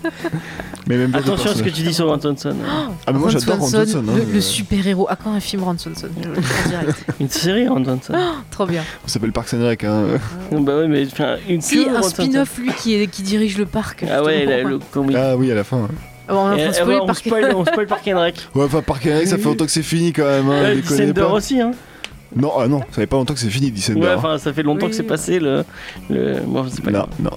Speaker 3: [LAUGHS] mais même pas de
Speaker 2: Attention à ce que
Speaker 3: personnage.
Speaker 2: tu dis sur Anton Swanson.
Speaker 3: Ah, mais moi
Speaker 4: Ron
Speaker 3: j'adore Ron
Speaker 4: Swanson,
Speaker 3: Johnson, hein,
Speaker 4: le,
Speaker 3: mais-
Speaker 4: le super-héros. À quand un film Ron
Speaker 3: [LAUGHS]
Speaker 4: Swanson Je le dis en direct.
Speaker 2: Une série Anton Swanson.
Speaker 4: Trop bien.
Speaker 3: On s'appelle Parks and Rec, hein.
Speaker 2: Bah ouais, mais enfin, une
Speaker 4: Oh. Si,
Speaker 2: que
Speaker 4: un
Speaker 2: Anton Swanson.
Speaker 4: spin-off, lui, qui, est, qui dirige le parc.
Speaker 2: Ah ouais,
Speaker 4: justement.
Speaker 2: là, le comique.
Speaker 3: Ah oui, à la fin. ouais.
Speaker 4: Ah, bon, on est en train de spoiler le
Speaker 2: on,
Speaker 3: [LAUGHS]
Speaker 4: parc.
Speaker 2: spoil, on spoil par Kendrick.
Speaker 3: Ouais, enfin, Park and Rec, ça fait longtemps que c'est fini quand même. Hein,
Speaker 2: Ouais,
Speaker 3: déconnez
Speaker 2: Dissender
Speaker 3: pas.
Speaker 2: aussi, hein.
Speaker 3: Non, ah non, ça fait pas longtemps que c'est fini, Dissender.
Speaker 2: Ouais,
Speaker 3: hein.
Speaker 2: enfin, ça fait longtemps
Speaker 4: Oui.
Speaker 2: que c'est passé le. le... Bon, c'est pas
Speaker 3: non,
Speaker 2: grave.
Speaker 3: non.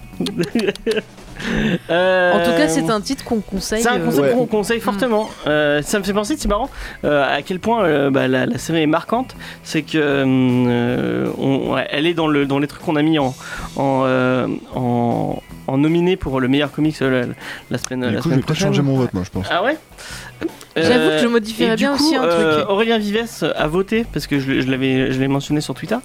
Speaker 2: Euh,
Speaker 4: En tout cas, c'est un titre qu'on conseille.
Speaker 2: C'est un
Speaker 4: euh,
Speaker 2: conseil
Speaker 3: Ouais.
Speaker 2: qu'on conseille fortement. Euh, ça me fait penser, c'est marrant, euh, à quel point euh, bah, la, la série est marquante. C'est que hum, euh, on- ouais, elle est dans, le, dans les trucs qu'on a mis en, en, euh, en, en nominé pour le meilleur comics euh, la, la semaine, la
Speaker 3: du coup, je
Speaker 2: semaine
Speaker 3: vais peut-être
Speaker 2: prochaine.
Speaker 3: changer mon vote, moi, je pense.
Speaker 2: Ah ouais Euh,
Speaker 4: J'avoue que je
Speaker 2: Et
Speaker 4: modifierais
Speaker 2: du
Speaker 4: bien
Speaker 2: coup,
Speaker 4: aussi un
Speaker 2: euh,
Speaker 4: truc.
Speaker 2: Aurélien Vives a voté parce que je, l'ai- je l'avais je l'ai mentionné sur Twitter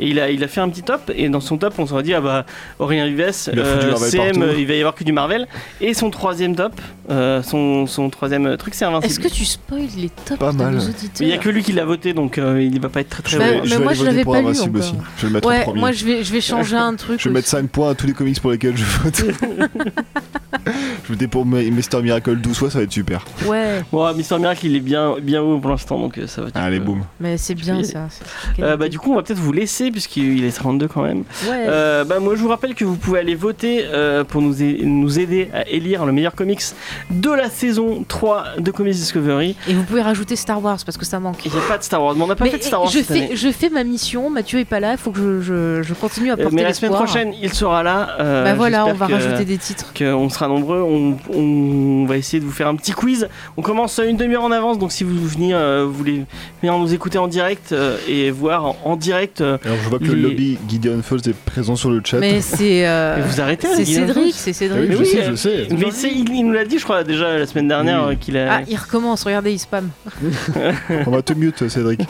Speaker 2: et il a il a fait un petit top et dans son top on s'est dit ah bah Aurélien Vives
Speaker 3: Il a foutu Marvel
Speaker 2: CM
Speaker 3: partout.
Speaker 2: il va y avoir que du Marvel et son troisième top euh, son, son troisième truc c'est
Speaker 4: Est-ce
Speaker 2: invincible.
Speaker 4: que tu spoil les tops
Speaker 3: Pas
Speaker 4: de
Speaker 3: mal.
Speaker 4: nos
Speaker 2: Mais il y a
Speaker 4: auditeurs
Speaker 2: que lui qui l'a voté donc euh, il va pas être très très
Speaker 3: Je vais,
Speaker 4: Bah,
Speaker 3: je
Speaker 4: mais
Speaker 3: vais
Speaker 4: moi,
Speaker 3: aller
Speaker 4: je
Speaker 3: voter
Speaker 4: l'avais
Speaker 3: pour
Speaker 4: pas lu
Speaker 3: Invincible
Speaker 4: encore.
Speaker 3: aussi. Je vais le mettre en
Speaker 4: Ouais,
Speaker 3: premier.
Speaker 4: moi je vais, je vais changer un truc.
Speaker 3: Je vais mettre
Speaker 4: aussi.
Speaker 3: 5 points à tous les comics pour lesquels je vote. je votais pour Mi- Mister Miracle 12 fois, ça va être super.
Speaker 4: Ouais,
Speaker 2: Bon, Mister Miracle il est bien bien haut pour l'instant donc euh, ça va. tu
Speaker 3: Allez,
Speaker 2: peux-
Speaker 3: boum.
Speaker 4: mais c'est bien
Speaker 2: peux y
Speaker 4: ça.
Speaker 2: Euh, bah du coup on va peut-être vous laisser puisqu'il est 32 quand même.
Speaker 4: Ouais.
Speaker 2: Euh, bah, moi, je vous rappelle que vous pouvez aller voter euh, pour nous, a- nous aider à élire le meilleur comics de la saison 3 de Comics Discovery.
Speaker 4: Et vous pouvez rajouter Star Wars parce que ça manque.
Speaker 2: Il n'y a pas de Star Wars, mais on n'a pas
Speaker 4: Mais
Speaker 2: fait de Star Wars
Speaker 4: je,
Speaker 2: cette année.
Speaker 4: fais, je fais ma mission, Mathieu est pas là, il faut que je, je- je continue à
Speaker 2: Euh,
Speaker 4: porter
Speaker 2: mais la semaine
Speaker 4: l'espoir.
Speaker 2: prochaine, il sera là. euh,
Speaker 4: bah voilà, on
Speaker 2: j'espère
Speaker 4: va
Speaker 2: que-
Speaker 4: rajouter des titres.
Speaker 2: qu'on sera nombreux, on, on va essayer de vous faire un petit quiz. On commence une demi-heure en avance, donc si vous venez, euh, vous voulez venir nous écouter en direct euh, et voir en, en direct, euh,
Speaker 3: Alors, je vois que le
Speaker 2: Les-
Speaker 3: lobby Gideon Falls est présent sur le chat.
Speaker 4: Mais c'est euh,
Speaker 2: et vous arrêtez.
Speaker 4: c'est
Speaker 2: Guillaume.
Speaker 4: Cédric, c'est
Speaker 3: Ah oui,
Speaker 4: Cédric.
Speaker 3: je
Speaker 2: Mais oui,
Speaker 3: sais,
Speaker 2: euh,
Speaker 3: je sais.
Speaker 2: Mais c'est- il, il nous l'a dit, je crois déjà la semaine dernière
Speaker 3: Oui.
Speaker 2: euh, qu'il a.
Speaker 4: Ah, il recommence, regardez, il spam.
Speaker 3: On va te mute, Cédric.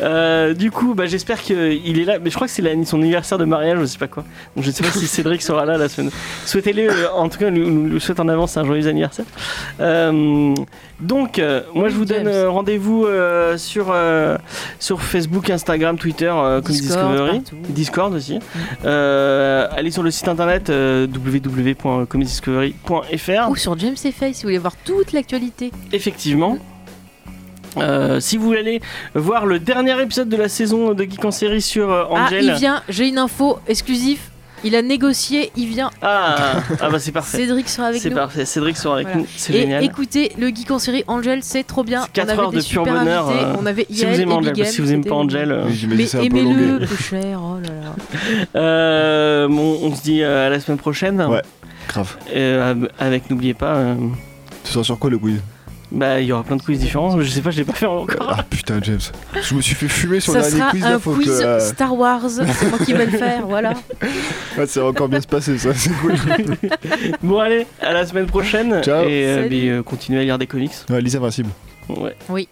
Speaker 2: Euh, du coup, bah, j'espère qu'il est là. Mais je crois que c'est la- son anniversaire de mariage, je sais pas quoi. Donc, je ne sais
Speaker 4: [LAUGHS]
Speaker 2: pas si Cédric sera là la semaine. Souhaitez-le, euh, en tout cas, nous, nous le souhaite en avance un joyeux anniversaire. Euh, donc, euh, moi, je vous donne
Speaker 4: James.
Speaker 2: euh, rendez-vous euh, sur, euh, sur Facebook, Instagram, Twitter, euh, comme
Speaker 4: Discord,
Speaker 2: Discovery.
Speaker 4: partout. Mm.
Speaker 2: Discord aussi. Euh, allez sur le site internet euh, www.comedydiscovery.fr.
Speaker 4: Ou Oh, sur James et Faye si vous voulez voir toute l'actualité.
Speaker 2: Effectivement. Euh, si vous voulez aller voir le dernier épisode de la saison de Geek en série sur euh,
Speaker 4: Ah,
Speaker 2: Angel.
Speaker 4: il vient, j'ai une info exclusive. Il a négocié, il vient.
Speaker 2: Ah, ah bah c'est parfait.
Speaker 4: Cédric sera avec
Speaker 2: C'est
Speaker 4: nous.
Speaker 2: parfait. Cédric sera avec
Speaker 4: Voilà.
Speaker 2: nous. C'est
Speaker 4: Et
Speaker 2: génial.
Speaker 4: écoutez, le geek en série Angel, c'est trop bien.
Speaker 2: C'est quatre
Speaker 4: on avait
Speaker 2: heures
Speaker 4: des
Speaker 2: de pur
Speaker 4: super
Speaker 2: bonheur,
Speaker 4: invités.
Speaker 2: euh,
Speaker 4: On avait
Speaker 2: si
Speaker 4: Yael
Speaker 2: vous aimez
Speaker 4: et
Speaker 2: Angel,
Speaker 4: Bigem,
Speaker 2: parce que si vous aimez
Speaker 4: c'était
Speaker 2: pas Angel, euh,
Speaker 3: Mais J'imagine
Speaker 4: Mais
Speaker 3: que c'est un peu longué.
Speaker 4: aimez-le, peu cher. Oh là
Speaker 3: [LAUGHS]
Speaker 4: là.
Speaker 2: euh, bon, on se dit euh, à la semaine prochaine.
Speaker 3: Ouais. Grave.
Speaker 2: Euh, ab- avec, n'oubliez pas, euh,
Speaker 3: Tu sors sur quoi le quiz
Speaker 2: bah il y aura plein de quiz différents. Je sais pas, je l'ai pas fait
Speaker 4: [LAUGHS]
Speaker 2: encore.
Speaker 3: Ah putain, James. Je me suis fait fumer sur le
Speaker 4: Ça
Speaker 3: dernier
Speaker 4: sera
Speaker 3: quiz. là,
Speaker 4: un
Speaker 3: faut
Speaker 4: quiz
Speaker 3: que, euh,
Speaker 4: Star Wars. C'est moi qui vais le faire, voilà.
Speaker 3: ah, ça va encore bien se passer,
Speaker 4: [LAUGHS]
Speaker 3: ça. C'est cool.
Speaker 2: bon allez, à la semaine prochaine.
Speaker 3: Ciao.
Speaker 2: Et euh,
Speaker 4: Salut.
Speaker 2: mais, euh, continuez à lire des comics.
Speaker 3: Ouais, Lisa Invincible.
Speaker 2: Ouais.
Speaker 4: Oui.